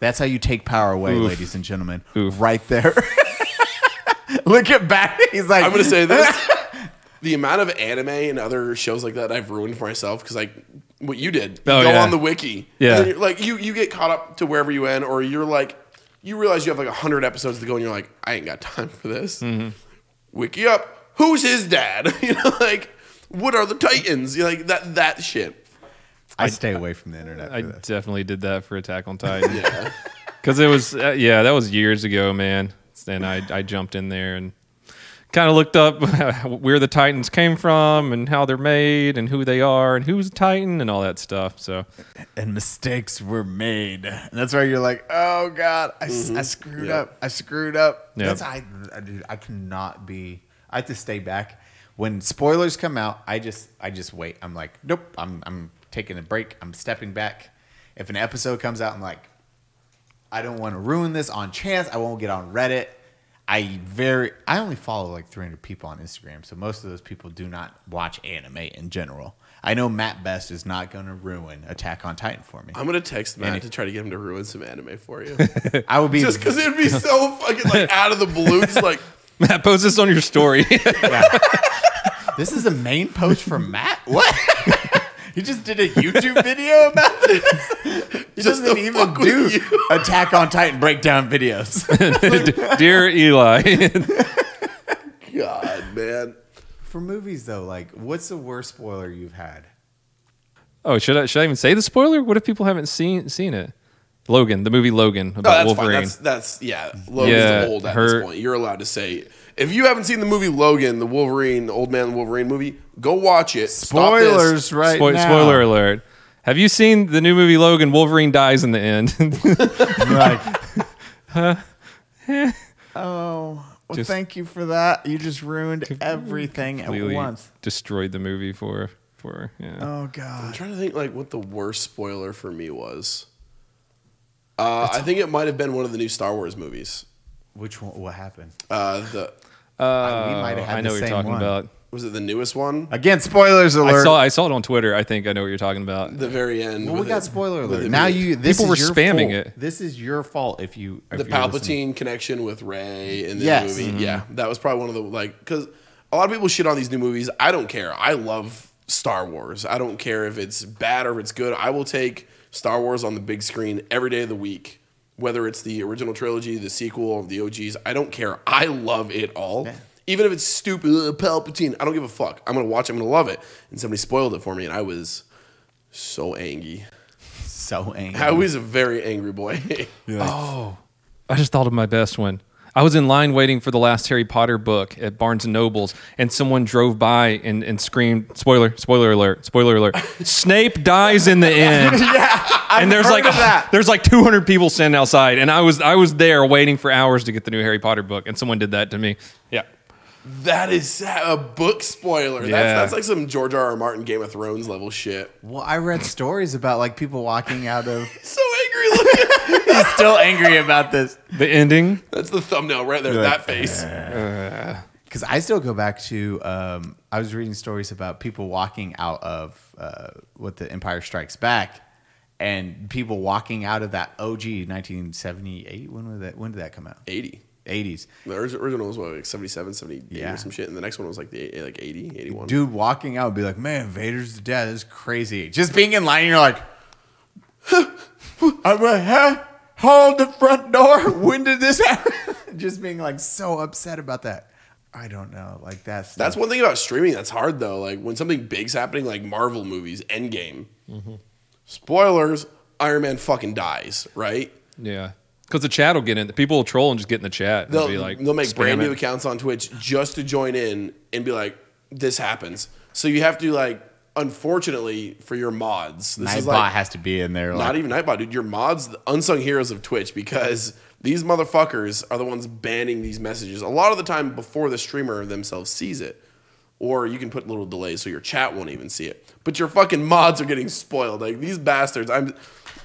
Speaker 1: That's how you take power away, ladies and gentlemen.
Speaker 3: Oof.
Speaker 1: Right there. Look at back. He's like,
Speaker 2: I'm gonna say this: the amount of anime and other shows like that I've ruined for myself because like what you did, you
Speaker 3: Oh,
Speaker 2: go
Speaker 3: yeah.
Speaker 2: on the wiki,
Speaker 3: Yeah.
Speaker 2: and then you're, like you you get caught up to wherever you end, or you're like you realize you have like hundred episodes to go, and you're like, I ain't got time for this. Wiki up. Who's his dad? you know, like what are the Titans? You're like that that shit.
Speaker 1: I stay away from the internet. For
Speaker 3: I
Speaker 1: this.
Speaker 3: definitely did that for Attack on Titan.
Speaker 2: Yeah.
Speaker 3: Because it was, uh, yeah, that was years ago, man. And I, I jumped in there and kind of looked up where the Titans came from and how they're made and who they are and who's a Titan and all that stuff. So,
Speaker 1: And mistakes were made. And that's why you're like, oh God, I, s- I screwed
Speaker 2: Yep.
Speaker 1: up. I screwed up.
Speaker 3: Yep.
Speaker 1: That's I, I, dude, I cannot be. I have to stay back. When spoilers come out, I just, I just wait. I'm like, nope. I'm, I'm taking a break. I'm stepping back. If an episode comes out, I'm like, I don't want to ruin this on chance. I won't get on Reddit. I very I only follow like 300 people on Instagram, so most of those people do not watch anime in general. I know Matt Best is not going to ruin Attack on Titan for me.
Speaker 2: I'm gonna text Matt
Speaker 1: it-
Speaker 2: to try to get him to ruin some anime for you,
Speaker 1: I would be
Speaker 2: just because it'd be so fucking like out of the blue, just like.
Speaker 3: Matt, post this on your story.
Speaker 1: This is a main post from Matt. What? He just did a YouTube video about this. He
Speaker 2: Just
Speaker 1: doesn't
Speaker 2: to
Speaker 1: even
Speaker 2: fuck with
Speaker 1: do
Speaker 2: you.
Speaker 1: Attack on Titan breakdown videos.
Speaker 3: Dear Eli,
Speaker 2: God, man.
Speaker 1: For movies though, like what's the worst spoiler you've had?
Speaker 3: Oh, should I should I even say the spoiler? What if people haven't seen seen it? Logan, the movie Logan
Speaker 1: Oh,
Speaker 2: No,
Speaker 3: about
Speaker 2: that's
Speaker 3: Wolverine.
Speaker 2: fine. That's that's yeah. Logan's
Speaker 3: Yeah,
Speaker 2: old at
Speaker 3: her-
Speaker 2: this point. You're allowed to say if you haven't seen the movie Logan, the Wolverine, the old man Wolverine movie, go watch it. Stop this.
Speaker 1: Spoilers right
Speaker 3: Spoil-
Speaker 1: now.
Speaker 3: Spoiler alert. Have you seen the new movie Logan? Wolverine dies in the end.
Speaker 1: Like, oh, well,
Speaker 3: Just-
Speaker 1: thank you for that. You just ruined everything at
Speaker 3: Completely
Speaker 1: once.
Speaker 3: destroyed the movie for for yeah.
Speaker 1: Oh
Speaker 2: I'm
Speaker 1: god.
Speaker 2: trying to think like what the worst spoiler for me was. Uh, I think it might have been one of the new Star Wars movies.
Speaker 1: Which one? What happened?
Speaker 2: Uh, the
Speaker 3: Uh,
Speaker 1: Oh, we might have had
Speaker 3: I know
Speaker 1: the
Speaker 3: what you're
Speaker 1: same
Speaker 3: talking
Speaker 1: one.
Speaker 3: about.
Speaker 2: was it the newest one?
Speaker 1: Again, spoilers alert.
Speaker 3: I saw I saw it on Twitter. I think I know what you're talking about.
Speaker 2: The very end.
Speaker 1: well, we
Speaker 2: with
Speaker 1: got
Speaker 2: it-
Speaker 1: spoiler
Speaker 2: with
Speaker 1: alert.
Speaker 2: it
Speaker 1: Now
Speaker 2: being-
Speaker 1: you this
Speaker 3: People
Speaker 1: is
Speaker 3: were
Speaker 1: your
Speaker 3: spamming
Speaker 1: fault.
Speaker 3: it.
Speaker 1: This is your fault if you if
Speaker 2: the
Speaker 1: you're
Speaker 2: Palpatine
Speaker 1: listening. Mm-hmm.
Speaker 2: connection with Ray and the
Speaker 1: Yes.
Speaker 2: movie. Yeah, that was probably one of the like because a lot of people shit on these new movies. I don't care. I love Star Wars. I don't care if it's bad or if it's good. I will take Star Wars on the big screen every day of the week. Whether it's the original trilogy, the sequel, the OGs, I don't care. I love it all. Even if it's stupid, ugh, Palpatine, I don't give a fuck. I'm gonna watch. it. I'm gonna love it. And somebody spoiled it for me, and I was so angry.
Speaker 1: So angry.
Speaker 2: I was a very angry boy.
Speaker 3: I just thought of my best one. I was in line waiting for the last Harry Potter book at Barnes and Noble's, and someone drove by and, and screamed, "Spoiler! Spoiler alert! Spoiler alert! Snape dies in the end." and there's
Speaker 1: heard
Speaker 3: like
Speaker 1: of that.
Speaker 3: there's like 200 people standing outside, and I was I was there waiting for hours to get the new Harry Potter book, and someone did that to me. Yeah,
Speaker 2: That is sa- a book spoiler.
Speaker 3: Yeah.
Speaker 2: That's, that's like some George R. R. Martin Game of Thrones level shit.
Speaker 1: Well, I read stories about like people walking out of.
Speaker 2: So angry looking.
Speaker 1: He's still angry about this
Speaker 3: the ending.
Speaker 2: that's the thumbnail right there. that face.
Speaker 1: because I still go back to. Um, I was reading stories about people walking out of uh, what the Empire Strikes Back, and people walking out of that OG 1978. When was that? When did that come out?
Speaker 2: 80.
Speaker 1: 80s.
Speaker 2: The orig- original was what, like 77, 78
Speaker 1: Yeah.
Speaker 2: or some shit. And the next one was like the eight- like 80, 81.
Speaker 1: Dude walking out would be like, man, Vader's the dad. That's crazy. Just being in line, you're like, I'm like, huh? Hold the front door. When did this happen? Just being like so upset about that. I don't know. Like that's
Speaker 2: That's one thing about streaming that's hard though. Like when something big's happening, like Marvel movies, Endgame.
Speaker 1: Mm-hmm.
Speaker 2: Spoilers Iron Man fucking dies, right?
Speaker 3: Yeah, because the chat will get in. The people will troll and just get in the chat.
Speaker 2: They'll,
Speaker 3: and be like,
Speaker 2: they'll make
Speaker 3: spam
Speaker 2: brand
Speaker 3: it.
Speaker 2: new accounts on Twitch just to join in and be like, this happens. So you have to like, unfortunately for your mods, this
Speaker 1: Nightbot
Speaker 2: is like
Speaker 1: has to be in there.
Speaker 2: not e-
Speaker 1: Like,
Speaker 2: even Nightbot, dude. Your mods, the unsung heroes of Twitch, because these motherfuckers are the ones banning these messages a lot of the time before the streamer themselves sees it. Or you can put little delays so your chat won't even see it. But your fucking mods are getting spoiled. Like these bastards. I'm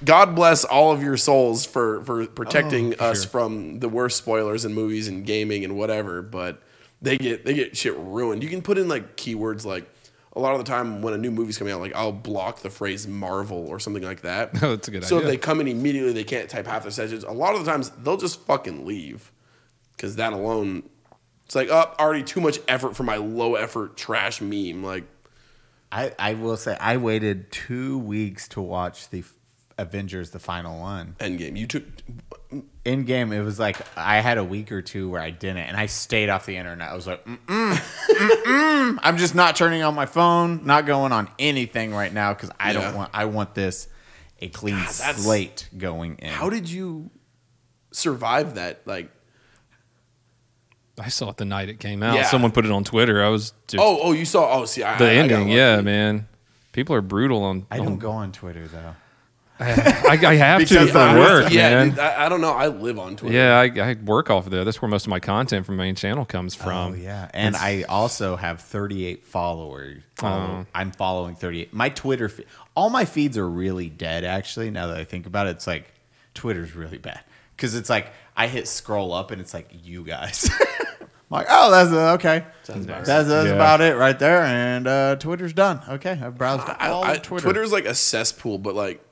Speaker 2: God bless all of your souls for for protecting us from the worst spoilers in movies and gaming and whatever, but they get they get shit ruined. You can put in like keywords like a lot of the time when a new movie's coming out, like I'll block the phrase Marvel or something like that.
Speaker 3: Oh, that's a good
Speaker 2: so
Speaker 3: idea.
Speaker 2: if they come in immediately, they can't type half their sessions. A lot of the times they'll just fucking leave because that alone, it's like oh, already too much effort for my low effort trash meme. Like
Speaker 1: I, I will say, I waited two weeks to watch the f- Avengers, the final one.
Speaker 2: Endgame, you took
Speaker 1: In game, it was like I had a week or two where I didn't, and I stayed off the internet. I was like, mm-mm, mm-mm. I'm just not turning on my phone, not going on anything right now because I
Speaker 2: Yeah.
Speaker 1: don't want. I want this a clean
Speaker 2: that's-
Speaker 1: slate going in.
Speaker 2: how did you survive that? Like
Speaker 3: I saw it the night it came out.
Speaker 2: Yeah.
Speaker 3: Someone put it on Twitter. I was just,
Speaker 2: oh oh you saw oh see I,
Speaker 3: the
Speaker 2: I- I got
Speaker 3: ending.
Speaker 2: lucky.
Speaker 3: yeah, man. People are brutal on.
Speaker 1: I
Speaker 3: on-
Speaker 2: Oh.
Speaker 1: don't go on Twitter though.
Speaker 3: I, I have to
Speaker 1: Because
Speaker 3: for
Speaker 1: I-
Speaker 3: work,
Speaker 2: yeah
Speaker 3: man.
Speaker 2: dude, I, I don't know I live on Twitter
Speaker 3: yeah, I, I work off of there. That's where most of my content from my main channel comes from.
Speaker 1: oh yeah, and I also have 38 followers.
Speaker 3: Oh.
Speaker 1: Follow- I'm following 38. My Twitter, fe- all my feeds are really dead. Actually, now that I think about it, it's like Twitter's really bad because it's like I hit scroll up and it's like you guys. I'm like, oh, that's uh, okay.
Speaker 2: about
Speaker 1: that's that's
Speaker 3: Yeah.
Speaker 1: about it right there. And uh, Twitter's done. Okay, I've browsed
Speaker 2: I,
Speaker 1: all
Speaker 2: I,
Speaker 1: of Twitter.
Speaker 2: Twitter's like a cesspool, but like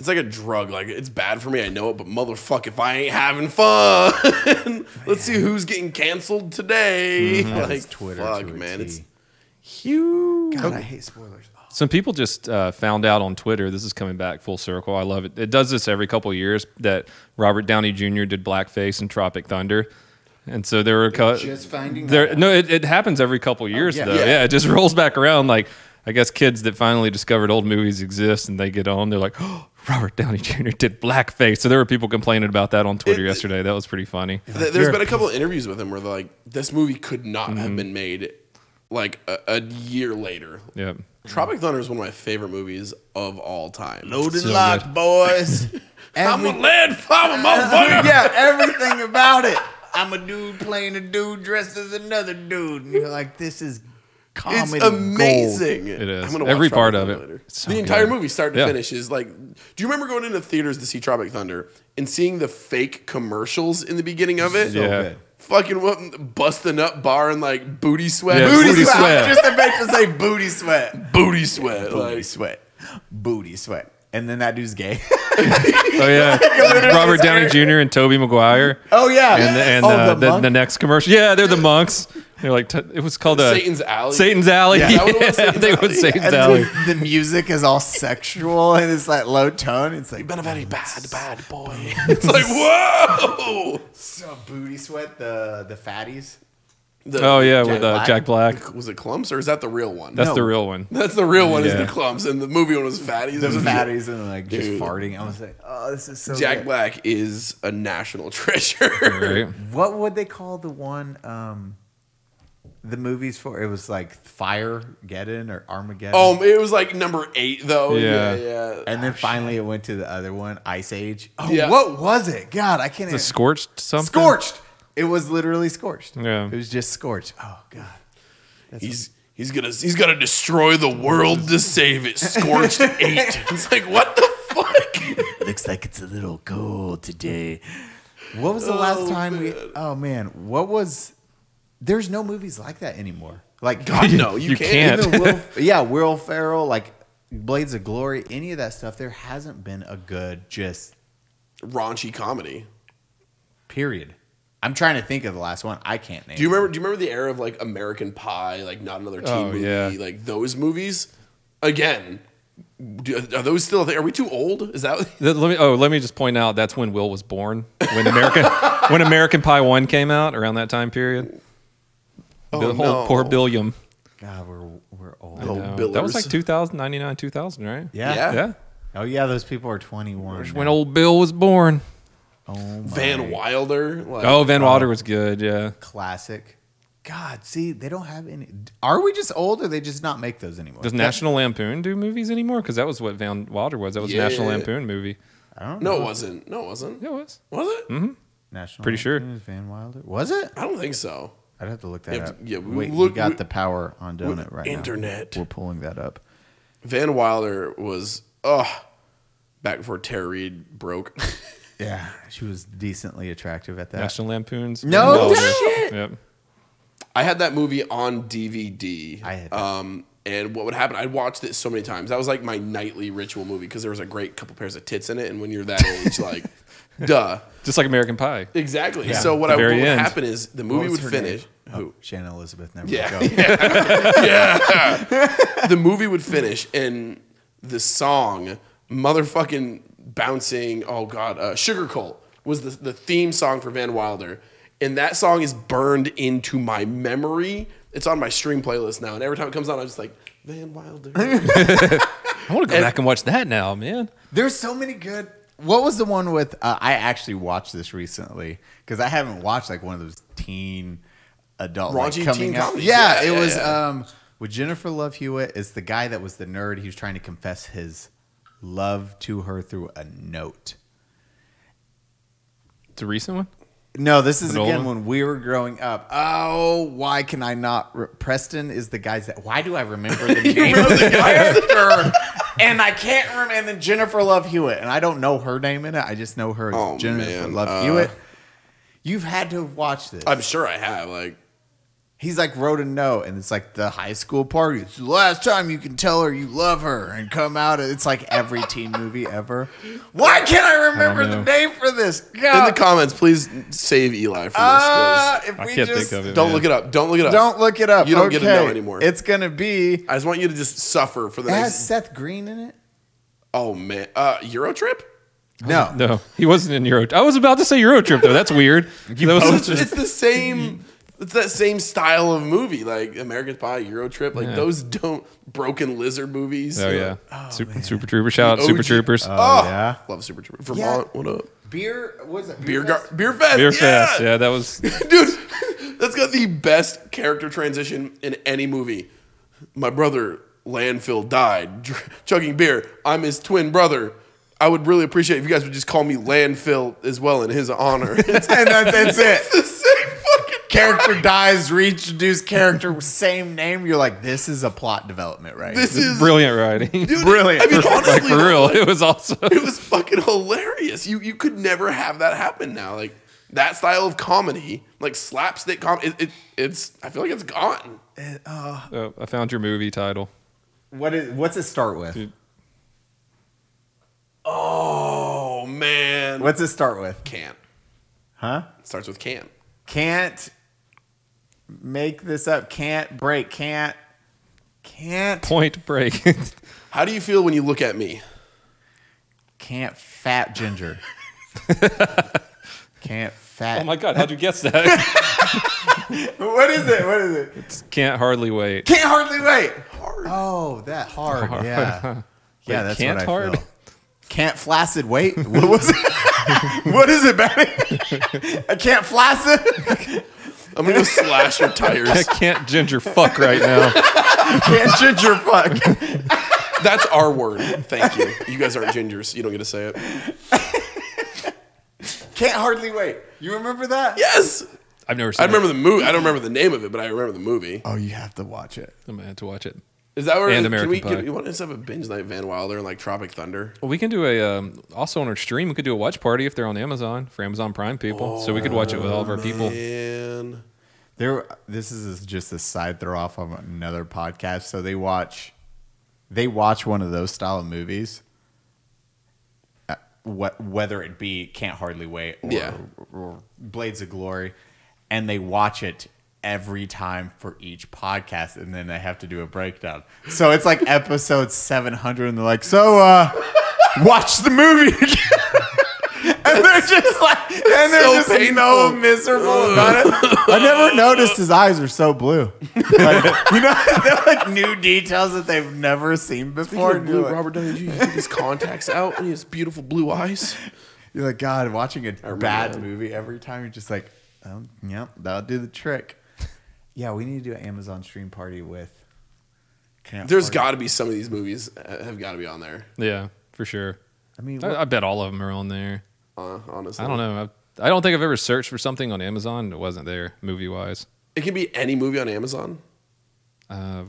Speaker 2: it's like a drug. Like it's bad for me, I know it, but motherfuck, if I ain't having fun, let's see who's getting canceled today.
Speaker 1: Mm-hmm. That
Speaker 2: Like
Speaker 1: is Twitter
Speaker 2: fuck,
Speaker 1: to a
Speaker 2: man,
Speaker 1: T.
Speaker 2: it's huge.
Speaker 1: God, I hate spoilers. Oh,
Speaker 3: Some people just uh, found out on Twitter. This is coming back full circle. I love it. It does this every couple of years that Robert Downey Jr. did blackface in Tropic Thunder, and so there were co-
Speaker 1: just finding
Speaker 3: there.
Speaker 1: that out. Oh,
Speaker 3: No, it, it happens every couple of years
Speaker 1: yeah.
Speaker 3: though.
Speaker 2: Yeah.
Speaker 3: Yeah. it just rolls back around. Like I guess kids that finally discovered old movies exist and they get on. They're like, oh, Robert Downey Jr. did blackface. So there were people complaining about that on Twitter
Speaker 2: It-
Speaker 3: yesterday. That was pretty funny.
Speaker 2: Th- There's been a couple of interviews with him where they're like, this movie could not
Speaker 1: Mm-hmm.
Speaker 2: have been made like a, a year later.
Speaker 3: Yeah.
Speaker 2: Tropic Thunder is one of my favorite movies of all time.
Speaker 1: Load and
Speaker 3: So
Speaker 1: lock,
Speaker 3: good.
Speaker 1: boys.
Speaker 2: I'm
Speaker 1: Every-
Speaker 2: a landfarmer, motherfucker.
Speaker 1: yeah, everything about it. I'm a dude playing a dude dressed as another dude, and you're like, this is comedy.
Speaker 2: It's amazing.
Speaker 3: It is.
Speaker 2: I'm gonna
Speaker 3: Every
Speaker 2: watch
Speaker 3: part
Speaker 2: Tropic
Speaker 3: of
Speaker 2: Thunder
Speaker 3: it.
Speaker 2: later.
Speaker 3: It's so
Speaker 2: the entire
Speaker 3: good.
Speaker 2: movie, start to
Speaker 3: Yeah.
Speaker 2: finish, is like. Do you remember going into theaters to see Tropic Thunder and seeing the fake commercials in the beginning of it?
Speaker 1: So
Speaker 3: Yeah.
Speaker 1: good.
Speaker 2: Fucking what, busting up bar and like booty sweat.
Speaker 3: Yeah.
Speaker 1: Booty,
Speaker 3: Booty
Speaker 1: sweat.
Speaker 3: sweat.
Speaker 1: Just about to say booty sweat.
Speaker 2: Booty sweat.
Speaker 1: Booty
Speaker 2: Like,
Speaker 1: sweat. Booty sweat. And then that dude's gay.
Speaker 3: Oh yeah, Robert Downey Jr. and Toby Maguire.
Speaker 1: oh yeah.
Speaker 3: and the, and
Speaker 1: oh,
Speaker 3: uh, the, the,
Speaker 1: monk.
Speaker 3: next commercial. Yeah, they're the monks. They're like t- it was called uh,
Speaker 2: Satan's Alley.
Speaker 3: Satan's Alley.
Speaker 2: Yeah, that one was
Speaker 3: Yeah,
Speaker 2: Satan's
Speaker 3: they
Speaker 2: Alley.
Speaker 3: would Satan's
Speaker 1: And
Speaker 3: Alley.
Speaker 1: the, the music is all sexual and it's like low tone. It's like
Speaker 2: You've been a very bad, bad boy. it's like whoa.
Speaker 1: so booty sweat. The the fatties.
Speaker 2: The-
Speaker 3: Oh yeah,
Speaker 1: Jack
Speaker 3: with uh,
Speaker 1: Black.
Speaker 3: Jack Black.
Speaker 2: was it clumps or is that the real one?
Speaker 3: That's
Speaker 1: No.
Speaker 3: the real one.
Speaker 2: That's the real one. Is
Speaker 3: Yeah.
Speaker 2: the clumps and the movie one was fatties.
Speaker 1: The
Speaker 2: It was-
Speaker 1: fatties and like just
Speaker 2: Dude.
Speaker 1: farting. I was like, oh, this is so.
Speaker 2: Jack
Speaker 1: good.
Speaker 2: Black is a national treasure.
Speaker 3: Right?
Speaker 1: What would they call the one? um The movies for it was like Fire Geddon or Armageddon.
Speaker 2: Um, it was like number eight though. Yeah,
Speaker 3: Yeah.
Speaker 2: yeah.
Speaker 1: and then finally it went to the other one, Ice Age. Oh,
Speaker 2: Yeah.
Speaker 1: what was it? God, I can't.
Speaker 3: The
Speaker 1: even-
Speaker 3: scorched something.
Speaker 1: Scorched. It was literally scorched.
Speaker 3: Yeah.
Speaker 1: It was just scorched. Oh god.
Speaker 2: he's he's gonna he's gonna destroy the world to save it. Scorched eight. It's like what the fuck?
Speaker 1: Looks like it's a little cold today. What was the last time we? Oh man, what was? There's no movies like that anymore. Like
Speaker 2: God no, you,
Speaker 3: You
Speaker 2: can't.
Speaker 3: can't.
Speaker 1: even Will, yeah, Will Ferrell, like Blades of Glory, any of that stuff. There hasn't been a good just
Speaker 2: Raunchy comedy.
Speaker 1: period. I'm trying to think of the last one. I can't name.
Speaker 2: Do you remember? Do you remember the era of like American Pie, like Not Another Teen
Speaker 3: Oh,
Speaker 2: Movie,
Speaker 3: yeah.
Speaker 2: like those movies? Again, do, are those still? a thing? Are we too old? Is that?
Speaker 3: Th- Let me. Oh, let me just point out that's when Will was born. When American when American Pie One came out around that time period.
Speaker 2: Oh,
Speaker 3: the whole
Speaker 2: no.
Speaker 3: poor Billiam.
Speaker 1: it. God, we're we're old.
Speaker 2: Oh,
Speaker 3: No, that was
Speaker 2: Billers.
Speaker 3: like 2000, 99, 2000, right?
Speaker 1: Yeah.
Speaker 2: Yeah.
Speaker 3: Yeah.
Speaker 1: Oh yeah, those people are 21.
Speaker 3: When old Bill was born.
Speaker 1: oh my
Speaker 2: Van Wilder. Like,
Speaker 3: Oh, Van Water was good. Yeah.
Speaker 1: classic. God, see, they don't have any. Are we just old, or they just not make those anymore?
Speaker 3: Does
Speaker 1: That-
Speaker 3: National Lampoon do movies anymore? Because that was what Van Wilder was. That was a National
Speaker 2: Yeah.
Speaker 3: Lampoon movie.
Speaker 1: I don't know.
Speaker 2: No, it wasn't. No, it wasn't.
Speaker 3: Yeah, Mm-hmm. it was.
Speaker 2: Was it?
Speaker 1: National.
Speaker 3: Pretty sure.
Speaker 1: Lampoon is Van Wilder was it?
Speaker 2: I don't think so.
Speaker 1: I'd have to look that
Speaker 2: You have
Speaker 1: up.
Speaker 2: to- yeah, we
Speaker 1: Wait,
Speaker 2: look-
Speaker 1: we got
Speaker 2: we-
Speaker 1: the power on donut right
Speaker 2: internet.
Speaker 1: now. We're pulling that up.
Speaker 2: Van Wilder was oh, back before Tara Reid broke.
Speaker 1: Yeah, she was decently attractive at that.
Speaker 3: National Lampoon's.
Speaker 1: No
Speaker 3: Van Wilder.
Speaker 1: shit!
Speaker 3: Yep.
Speaker 2: I had that movie on DVD.
Speaker 1: I had that.
Speaker 2: um, and what would happen? I watched it so many times. That was like my nightly ritual movie because there was a great couple pairs of tits in it. And when you're that age, like, duh,
Speaker 3: Just like American Pie.
Speaker 2: exactly. So what,
Speaker 3: the
Speaker 2: I, what
Speaker 3: very
Speaker 2: would
Speaker 3: end.
Speaker 2: happen is the
Speaker 1: What
Speaker 2: movie
Speaker 1: was
Speaker 2: would
Speaker 1: her
Speaker 2: finish.
Speaker 1: name?
Speaker 2: Who?
Speaker 1: Oh, Shannon Elizabeth never
Speaker 2: Yeah.
Speaker 1: go.
Speaker 2: the movie would finish and the song motherfucking bouncing oh god uh, sugar colt was the, the theme song for van wilder and that song is burned into my memory it's on my stream playlist now and every time it comes on i'm just like van wilder
Speaker 3: I want to go back and watch that now, man.
Speaker 1: There's so many good. What was the one with? Uh, I actually watched this recently because I haven't watched like one of those teen adult like,
Speaker 2: Raunchy
Speaker 1: coming
Speaker 2: teen
Speaker 1: out.
Speaker 2: comedies.
Speaker 1: Yeah,
Speaker 2: Yeah,
Speaker 1: it
Speaker 2: yeah,
Speaker 1: was
Speaker 2: yeah.
Speaker 1: um with Jennifer Love Hewitt. It's the guy that was the nerd. He was trying to confess his love to her through a note.
Speaker 3: It's a recent one.
Speaker 1: No, this is
Speaker 3: An old
Speaker 1: again
Speaker 3: one?
Speaker 1: when we were growing up. Oh, why can I not? Re- Preston is the guys that. Why do I remember the name of the character? And I can't remember. And then Jennifer Love Hewitt, and I don't know her name in it. I just know her as
Speaker 2: Oh,
Speaker 1: Jennifer
Speaker 2: man,
Speaker 1: Love
Speaker 2: uh,
Speaker 1: Hewitt. You've had to watch this.
Speaker 2: i'm sure i have like
Speaker 1: He's like wrote a note, and it's like the high school party. It's the last time you can tell her you love her and come out. It's like every teen movie ever. Why can't I remember the
Speaker 3: know.
Speaker 1: name for this?
Speaker 2: In
Speaker 1: God.
Speaker 2: the comments, please save Eli from this. 'cause
Speaker 1: Ah, if
Speaker 3: I
Speaker 1: we
Speaker 3: can't
Speaker 1: just
Speaker 3: think of it.
Speaker 2: don't
Speaker 3: man.
Speaker 2: look it up. Don't look it up.
Speaker 1: don't look it up,
Speaker 2: You don't get to know
Speaker 1: okay,
Speaker 2: anymore.
Speaker 1: It's gonna be.
Speaker 2: I just want you to just suffer for the
Speaker 1: It
Speaker 2: next.
Speaker 1: has Seth Green in it.
Speaker 2: oh man, uh, Euro trip.
Speaker 1: No,
Speaker 3: No, he wasn't in Euro. I was about to say Euro Trip though. That's weird. That was
Speaker 2: It's,
Speaker 3: such a-
Speaker 2: it's the same. It's that same style of movie, like American Pie, Euro Trip. Like
Speaker 3: Yeah.
Speaker 2: those don't broken lizard movies.
Speaker 3: oh
Speaker 2: Uh,
Speaker 3: yeah, Super, Super Troopers. Shout out Super
Speaker 2: OG.
Speaker 3: Troopers.
Speaker 1: Oh, yeah.
Speaker 2: love Super Trooper. Vermont, what up?
Speaker 1: beer was it
Speaker 2: Beer gar- beer fest,
Speaker 3: Beer
Speaker 2: yeah!
Speaker 3: Fest. Yeah, that was.
Speaker 2: dude. That's got the best character transition in any movie. My brother landfill died dr- chugging beer. I'm his twin brother. I would really appreciate if you guys would just call me landfill as well in his honor. It's
Speaker 1: and that, that's it.
Speaker 2: the same fucking
Speaker 1: character dies, reintroduced character, same name. You're like, this is a plot development, right?
Speaker 2: This is
Speaker 3: Brilliant writing.
Speaker 2: dude,
Speaker 1: brilliant.
Speaker 2: I mean, honestly,
Speaker 3: like for
Speaker 2: though,
Speaker 3: real,
Speaker 2: like,
Speaker 3: it was awesome.
Speaker 2: it was fucking hilarious. You you could never have that happen now. Like that style of comedy, like slapstick comedy, it, it, it's I feel like it's gone.
Speaker 3: Oh, I found your movie title.
Speaker 1: what is what's it start with?
Speaker 2: Oh man,
Speaker 1: What's it start with?
Speaker 2: can't
Speaker 1: Huh?
Speaker 2: starts with can't.
Speaker 1: Can't make this up. Can't break. Can't. Can't.
Speaker 3: Point Break. Oh
Speaker 2: How do you feel when you look at me?
Speaker 1: Can't fat ginger. can't fat.
Speaker 3: oh my god, how'd you guess that?
Speaker 1: what is it? What is it?
Speaker 3: Can't hardly wait.
Speaker 1: Can't hardly wait.
Speaker 2: Hard.
Speaker 1: Oh, that hard. Yeah. Yeah,
Speaker 3: Wait,
Speaker 1: that's
Speaker 3: can't
Speaker 1: what I
Speaker 3: hard?
Speaker 1: feel. Can't flaccid wait? What was it? what is it, Benny? I can't flaccid.
Speaker 2: I'm gonna go slash your tires.
Speaker 3: Can't ginger fuck right now.
Speaker 1: Can't ginger fuck.
Speaker 2: That's our word. Thank you. You guys aren't gingers. You don't get to say it.
Speaker 1: Can't hardly wait. You remember that?
Speaker 2: Yes,
Speaker 3: I've never seen.
Speaker 2: I remember the movie. I don't remember the name of it, but I remember the movie.
Speaker 1: Oh, you have to watch it.
Speaker 3: It. I'm gonna have to watch it.
Speaker 2: Is that where?
Speaker 3: And
Speaker 2: can
Speaker 3: American
Speaker 2: we,
Speaker 3: Pie.
Speaker 2: Can, you want us to have a binge night, Van Wilder, and like Tropic Thunder?
Speaker 3: Well, we can do a um, also on our stream. We could do a watch party if they're on Amazon for Amazon Prime people, so we could watch it with all of our people.
Speaker 2: And
Speaker 1: There. This is just a side throw off of another podcast. So they watch, they watch one of those style of movies. Uh, What whether it be Can't Hardly Wait or,
Speaker 2: Yeah.
Speaker 1: or Blades of Glory, and they watch it every time for each podcast, and then they have to do a breakdown. So it's like episode seven hundred, and they're like, "So, uh, watch the movie." And they're just like, and they're
Speaker 2: so
Speaker 1: just
Speaker 2: painful.
Speaker 1: no miserable about it. I never noticed his eyes were so blue. Like, you know, they're like new details that they've never seen before.
Speaker 2: Poor
Speaker 1: and You're
Speaker 2: blue
Speaker 1: like,
Speaker 2: Robert Downey Jr. He took his contacts out, and he has beautiful blue eyes.
Speaker 1: you're like, God, watching a
Speaker 2: remember
Speaker 1: bad
Speaker 2: that.
Speaker 1: movie every time, you're just like, oh, yep, that'll do the trick. Yeah, we need to do an Amazon stream party with. Camp
Speaker 2: There's
Speaker 1: party.
Speaker 2: got to be some of these movies uh, have got to be on there.
Speaker 3: Yeah, for sure.
Speaker 1: I mean,
Speaker 3: I,
Speaker 1: what-
Speaker 3: I bet all of them are on there.
Speaker 2: Uh, honestly,
Speaker 3: I don't know. I, I don't think I've ever searched for something on Amazon and it wasn't there movie wise.
Speaker 2: It can be any movie on Amazon.
Speaker 3: Uh,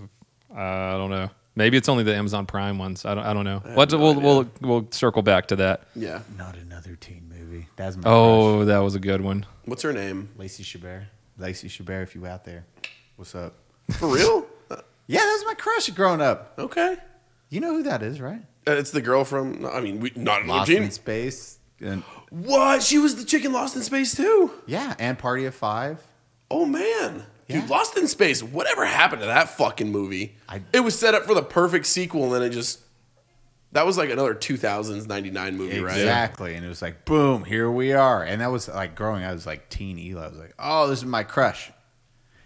Speaker 3: I don't know. Maybe it's only the Amazon Prime ones. I don't. I don't know. What we'll, we'll we'll circle back to that.
Speaker 2: Yeah.
Speaker 1: not another teen movie. That's my oh,
Speaker 3: Oh, that was a good one.
Speaker 2: What's her name?
Speaker 1: Lacey Chabert. Lacey Chabert, if you out there, what's up?
Speaker 2: For real? Uh,
Speaker 1: Yeah, that was my crush growing up.
Speaker 2: okay.
Speaker 1: You know who that is, right?
Speaker 2: Uh, it's the girl from. I mean, we, not
Speaker 1: Lost
Speaker 2: Lost
Speaker 1: in Space. And,
Speaker 2: What? She was the chicken Lost in Space too.
Speaker 1: yeah, and Party of Five.
Speaker 2: Oh man.
Speaker 1: Yeah.
Speaker 2: Dude, Lost in Space. Whatever happened to that fucking movie?
Speaker 1: I-
Speaker 2: it was set up for the perfect sequel, and then it just. That was like another 2000s 99 movie, right?
Speaker 1: Exactly. And it was like, boom, here we are. And that was like growing, I was like teen Eli. I was like, oh, this is my crush.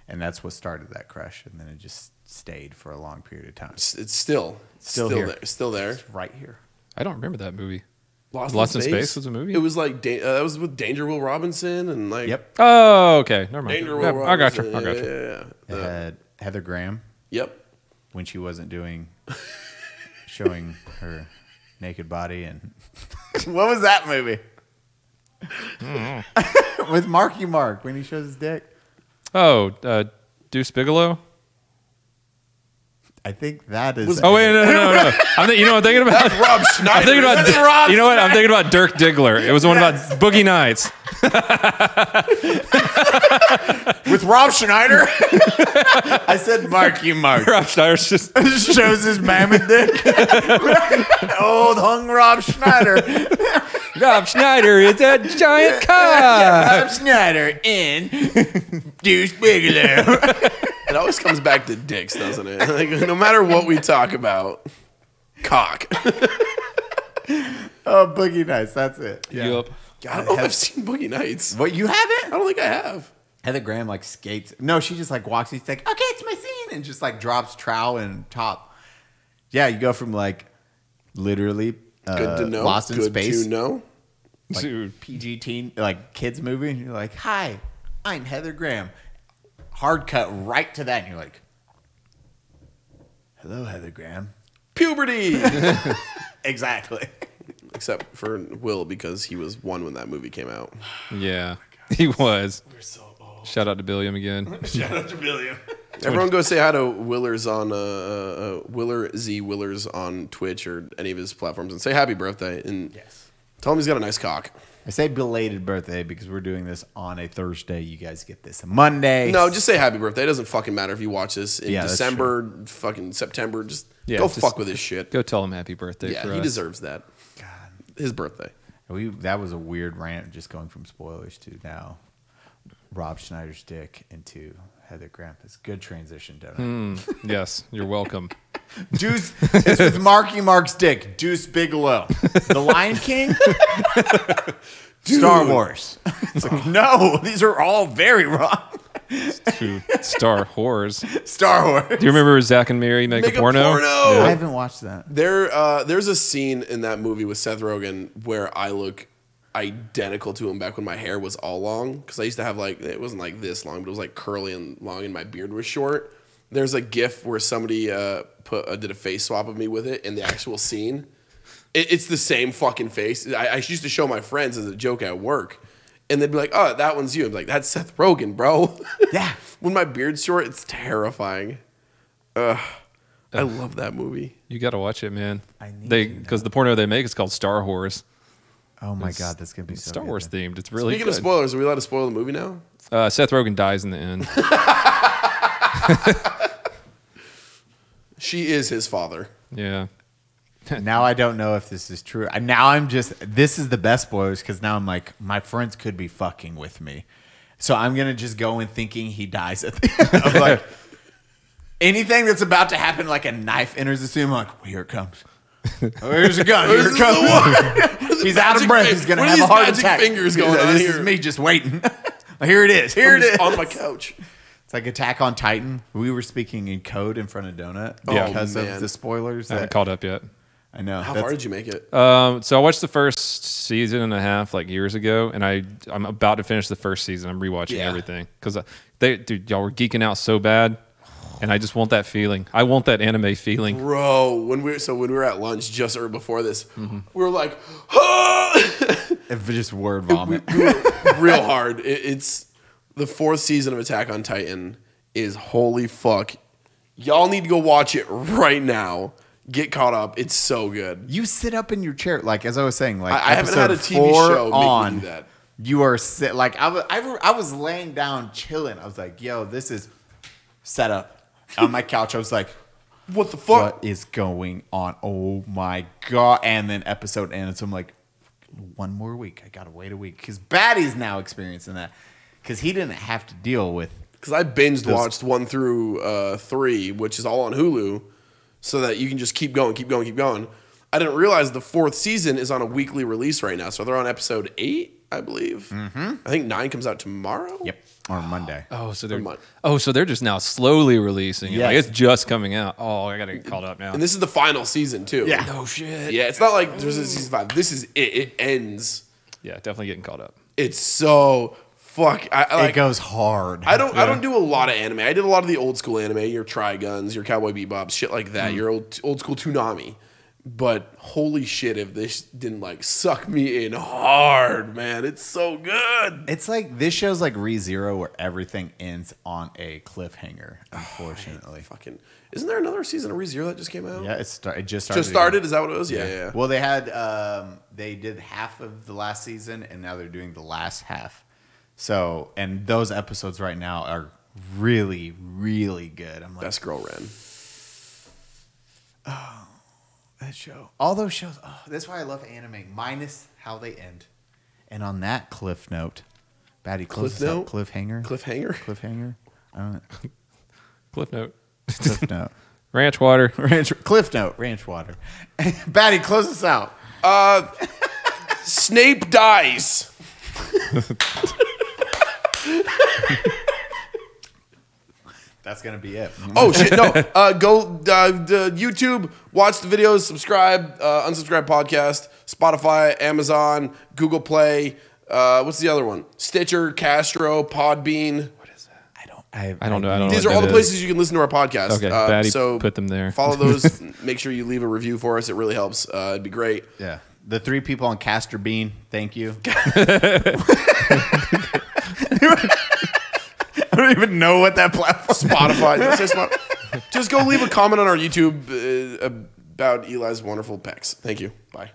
Speaker 1: And that's what started that crush. And then it just stayed for a long period of time.
Speaker 2: S- It's still,
Speaker 1: Still
Speaker 2: still,
Speaker 1: here.
Speaker 2: there. Still there.
Speaker 1: It's right here.
Speaker 3: I don't remember that movie.
Speaker 2: Lost,
Speaker 3: Lost in Space was a movie?
Speaker 2: It was like da- uh, that was with Danger Will Robinson and like
Speaker 1: Yep.
Speaker 3: Oh, okay. Never mind.
Speaker 2: Danger
Speaker 3: Yeah,
Speaker 2: Will
Speaker 3: I got
Speaker 2: Robinson.
Speaker 3: you. I got you.
Speaker 2: Yeah,
Speaker 1: It
Speaker 2: yeah, yeah. Uh,
Speaker 1: had Heather Graham
Speaker 2: yep.
Speaker 1: when she wasn't doing, showing her naked body. And what was that movie? With Marky Mark when he shows his dick.
Speaker 3: Oh, uh, Deuce Bigelow.
Speaker 1: I think that is.
Speaker 3: Oh wait, no, no, no, no. I'm th- you know what I'm thinking about?
Speaker 2: Rob Schneider.
Speaker 3: I'm thinking
Speaker 2: That's Rob
Speaker 3: about. You know what? I'm thinking about Dirk Diggler. It was the one about Boogie Nights.
Speaker 1: With Rob Schneider? I said Marky Mark.
Speaker 3: Rob Schneider's just
Speaker 1: Shows his mammoth dick. Old hung Rob Schneider.
Speaker 3: Rob Schneider is a giant cock.
Speaker 1: Rob Schneider in Deuce Bigelow.
Speaker 2: It always comes back to dicks, doesn't it? Like, no matter what we talk about, cock.
Speaker 1: oh, Boogie Nights. That's it.
Speaker 3: Yup.
Speaker 2: I don't know if I've seen Boogie Nights.
Speaker 1: What, you
Speaker 2: I
Speaker 1: haven't?
Speaker 2: don't think I have.
Speaker 1: Heather Graham like skates. No, she just like walks. He's like, okay, it's my scene, and just like drops trowel and top. Yeah, you go from like literally uh,
Speaker 2: Good to know.
Speaker 1: Lost in
Speaker 2: Good
Speaker 1: Space,
Speaker 2: to know.
Speaker 3: Dude.
Speaker 1: PG teen like kids movie, and you're like, hi, I'm Heather Graham. Hard cut right to that, and you're like, hello, Heather Graham.
Speaker 2: Puberty.
Speaker 1: Exactly.
Speaker 2: Except for Will because he was one when that movie came out.
Speaker 3: Yeah. He was.
Speaker 2: We're so old.
Speaker 3: Shout out to Billiam again.
Speaker 1: Shout out to William.
Speaker 2: Everyone go say hi to Willers on uh, uh, uh, Willer Z Willers on Twitch or any of his platforms and say happy birthday and
Speaker 1: Yes.
Speaker 2: tell him he's got a nice cock.
Speaker 1: I say belated birthday because we're doing this on a Thursday. You guys get this Monday.
Speaker 2: No, just say happy birthday. It doesn't fucking matter if you watch this in
Speaker 1: Yeah, that's
Speaker 2: December, fucking September. Just
Speaker 3: Yeah,
Speaker 2: go
Speaker 3: just-
Speaker 2: fuck with his shit.
Speaker 3: Go tell him happy birthday
Speaker 2: yeah,
Speaker 3: for
Speaker 2: he
Speaker 3: us.
Speaker 2: deserves that.
Speaker 1: God.
Speaker 2: His birthday.
Speaker 1: We that was a weird rant, just going from spoilers to now Rob Schneider's dick into Heather Grampus. Good transition, don't
Speaker 3: yes, you're welcome.
Speaker 1: I? Deuce, it's with Marky Mark's dick. Deuce Bigelow, The Lion King, Star Wars. It's like, no, these are all very wrong.
Speaker 3: Two star whores. Do
Speaker 1: Star Wars.
Speaker 3: you remember Zach and Mary make,
Speaker 2: Make
Speaker 3: a porno?
Speaker 1: I haven't watched that.
Speaker 2: There, uh, there's a scene in that movie with Seth Rogen where I look identical to him back when my hair was all long because I used to have like it wasn't like this long, but it was like curly and long, and my beard was short. There's a GIF where somebody uh, put uh, did a face swap of me with it in the actual scene. It, it's the same fucking face. I, I used to show my friends as a joke at work, and they'd be like, "Oh, that one's you." I'm like, "That's Seth Rogen, bro."
Speaker 1: Yeah.
Speaker 2: when my beard's short, it's terrifying. Ugh, I love that movie.
Speaker 3: You got to watch it, man.
Speaker 1: I need
Speaker 3: they
Speaker 1: to know.
Speaker 3: because the porno they make is called Star Whores.
Speaker 1: Oh my God, that's gonna be so
Speaker 3: Star
Speaker 1: good
Speaker 3: Wars
Speaker 1: then.
Speaker 3: themed. It's really
Speaker 2: Speaking
Speaker 3: good.
Speaker 2: of spoilers, are we allowed to spoil the movie now?
Speaker 3: uh, Seth Rogen dies in the end.
Speaker 2: She is his father.
Speaker 3: yeah.
Speaker 1: Now I don't know if this is true. I- Now I'm just this is the best spoilers because now I'm like my friends could be fucking with me, so I'm gonna just go in thinking he dies at the end. I'm like anything that's about to happen, like a knife enters the scene. I'm like, well, here it comes. Oh, here's a gun. Here
Speaker 2: This
Speaker 1: it
Speaker 2: is
Speaker 1: comes.
Speaker 2: the one.
Speaker 1: He's out of
Speaker 2: Magic
Speaker 1: breath.
Speaker 2: fingers.
Speaker 1: He's gonna
Speaker 2: What are
Speaker 1: have a
Speaker 2: these
Speaker 1: heart
Speaker 2: magic
Speaker 1: attack.
Speaker 2: fingers going
Speaker 1: He's like,
Speaker 2: on
Speaker 1: this
Speaker 2: here?
Speaker 1: is me just waiting. here it is. Here
Speaker 2: I'm
Speaker 1: it is.
Speaker 2: just on my couch.
Speaker 1: It's like Attack on Titan. We were speaking in code in front of Donut
Speaker 2: Yeah.
Speaker 1: because
Speaker 2: Oh, man.
Speaker 1: of the spoilers.
Speaker 3: I haven't
Speaker 1: That,
Speaker 3: caught up yet.
Speaker 1: I know.
Speaker 2: How
Speaker 1: That's- Uh,
Speaker 2: far did you make it?
Speaker 3: Um, so I watched the first season and a half like years ago, and I I'm about to finish the first season. I'm rewatching
Speaker 2: Yeah.
Speaker 3: everything because they dude y'all were geeking out so bad, and I just want that feeling. I want that anime feeling.
Speaker 2: Bro, when we were, so when we were at lunch just or before this,
Speaker 1: Mm-hmm.
Speaker 2: we were like, "Ah!"
Speaker 1: If just word vomit.
Speaker 2: We were real hard. It, it's the fourth season of Attack on Titan is holy fuck. Y'all need to go watch it right now. Get caught up. It's so good.
Speaker 1: You sit up in your chair, like as I was saying, like
Speaker 2: I- I haven't had a
Speaker 1: episode
Speaker 2: TV
Speaker 1: four
Speaker 2: show make me do
Speaker 1: on.
Speaker 2: that.
Speaker 1: You are sit like I was. I, re- I was laying down chilling. I was like, "Yo, this is set up." on my couch. I was like,
Speaker 2: What the fuck?
Speaker 1: "What is going on? Oh my god!" And then episode ends. I'm like, "One more week. I gotta wait a week." Because Batty's now experiencing that because he didn't have to deal with.
Speaker 2: Because I binged watched one through uh, three, which is all on Hulu, so that you can just keep going, keep going, keep going. I didn't realize the fourth season is on a weekly release right now, so they're on episode eight, I believe. Mm-hmm. I think nine comes out tomorrow.
Speaker 1: Yep. Or Monday.
Speaker 3: Oh, so they're
Speaker 2: Vermont.
Speaker 3: oh, so they're just now slowly releasing it. Like
Speaker 1: Yes.
Speaker 3: it's just coming out. Oh, I gotta get caught up now.
Speaker 2: And this is the final season too.
Speaker 1: Yeah.
Speaker 3: oh shit.
Speaker 2: Yeah. It's not like there's a season five. This is it. It ends.
Speaker 3: Yeah, definitely getting caught up.
Speaker 2: It's so fuck. I, I
Speaker 1: it
Speaker 2: like.
Speaker 1: goes hard.
Speaker 2: I don't. I don't do a lot of anime. I did a Hmm. lot of the old school anime, your Triguns, your Cowboy Bebop, shit like that. Your old old school Toonami. But holy shit, if this didn't like suck me in hard, man, it's so good.
Speaker 1: It's like this show's like ReZero where everything ends on a cliffhanger, unfortunately.
Speaker 2: Fucking, isn't there another season of ReZero that just came out?
Speaker 1: yeah, it, start, it just started.
Speaker 2: just started. Is that what it was? Yeah, yeah. yeah.
Speaker 1: Well, they had um, they did half of the last season, and now they're doing the last half. So, and those episodes right now are really, really good. I'm like
Speaker 2: Best girl ran.
Speaker 1: that show. All those shows. Oh, that's why I love anime, minus how they end. And on that cliff note, Batty closes
Speaker 2: note?
Speaker 1: up cliffhanger.
Speaker 2: Cliffhanger.
Speaker 1: cliffhanger. Uh,
Speaker 3: Cliff note.
Speaker 1: cliff note.
Speaker 3: Ranch water.
Speaker 1: Ranch. Cliff note. Ranch water. Batty, close us out.
Speaker 2: Snape dies.
Speaker 1: That's gonna be it.
Speaker 2: Oh shit! No, uh, go uh, d- YouTube, watch the videos, subscribe, uh, unsubscribe podcast, Spotify, Amazon, Google Play. Uh, what's the other one? Stitcher, Castro, Podbean.
Speaker 1: I don't. I,
Speaker 3: I don't know. I don't know.
Speaker 2: These
Speaker 3: what
Speaker 2: are all
Speaker 3: that
Speaker 2: the
Speaker 3: is.
Speaker 2: places you can listen to our podcast.
Speaker 3: Okay,
Speaker 2: Uh,
Speaker 3: Batty
Speaker 2: so
Speaker 3: put them there.
Speaker 2: Follow those. make sure you leave a review for us. It really helps. Uh, it'd be great.
Speaker 1: Yeah. The three people on Castor Bean, thank you. I don't even know what that platform
Speaker 2: Spotify. Did I say Spotify? Just go leave a comment on our YouTube uh, about Eli's wonderful pecs. Thank you. Bye.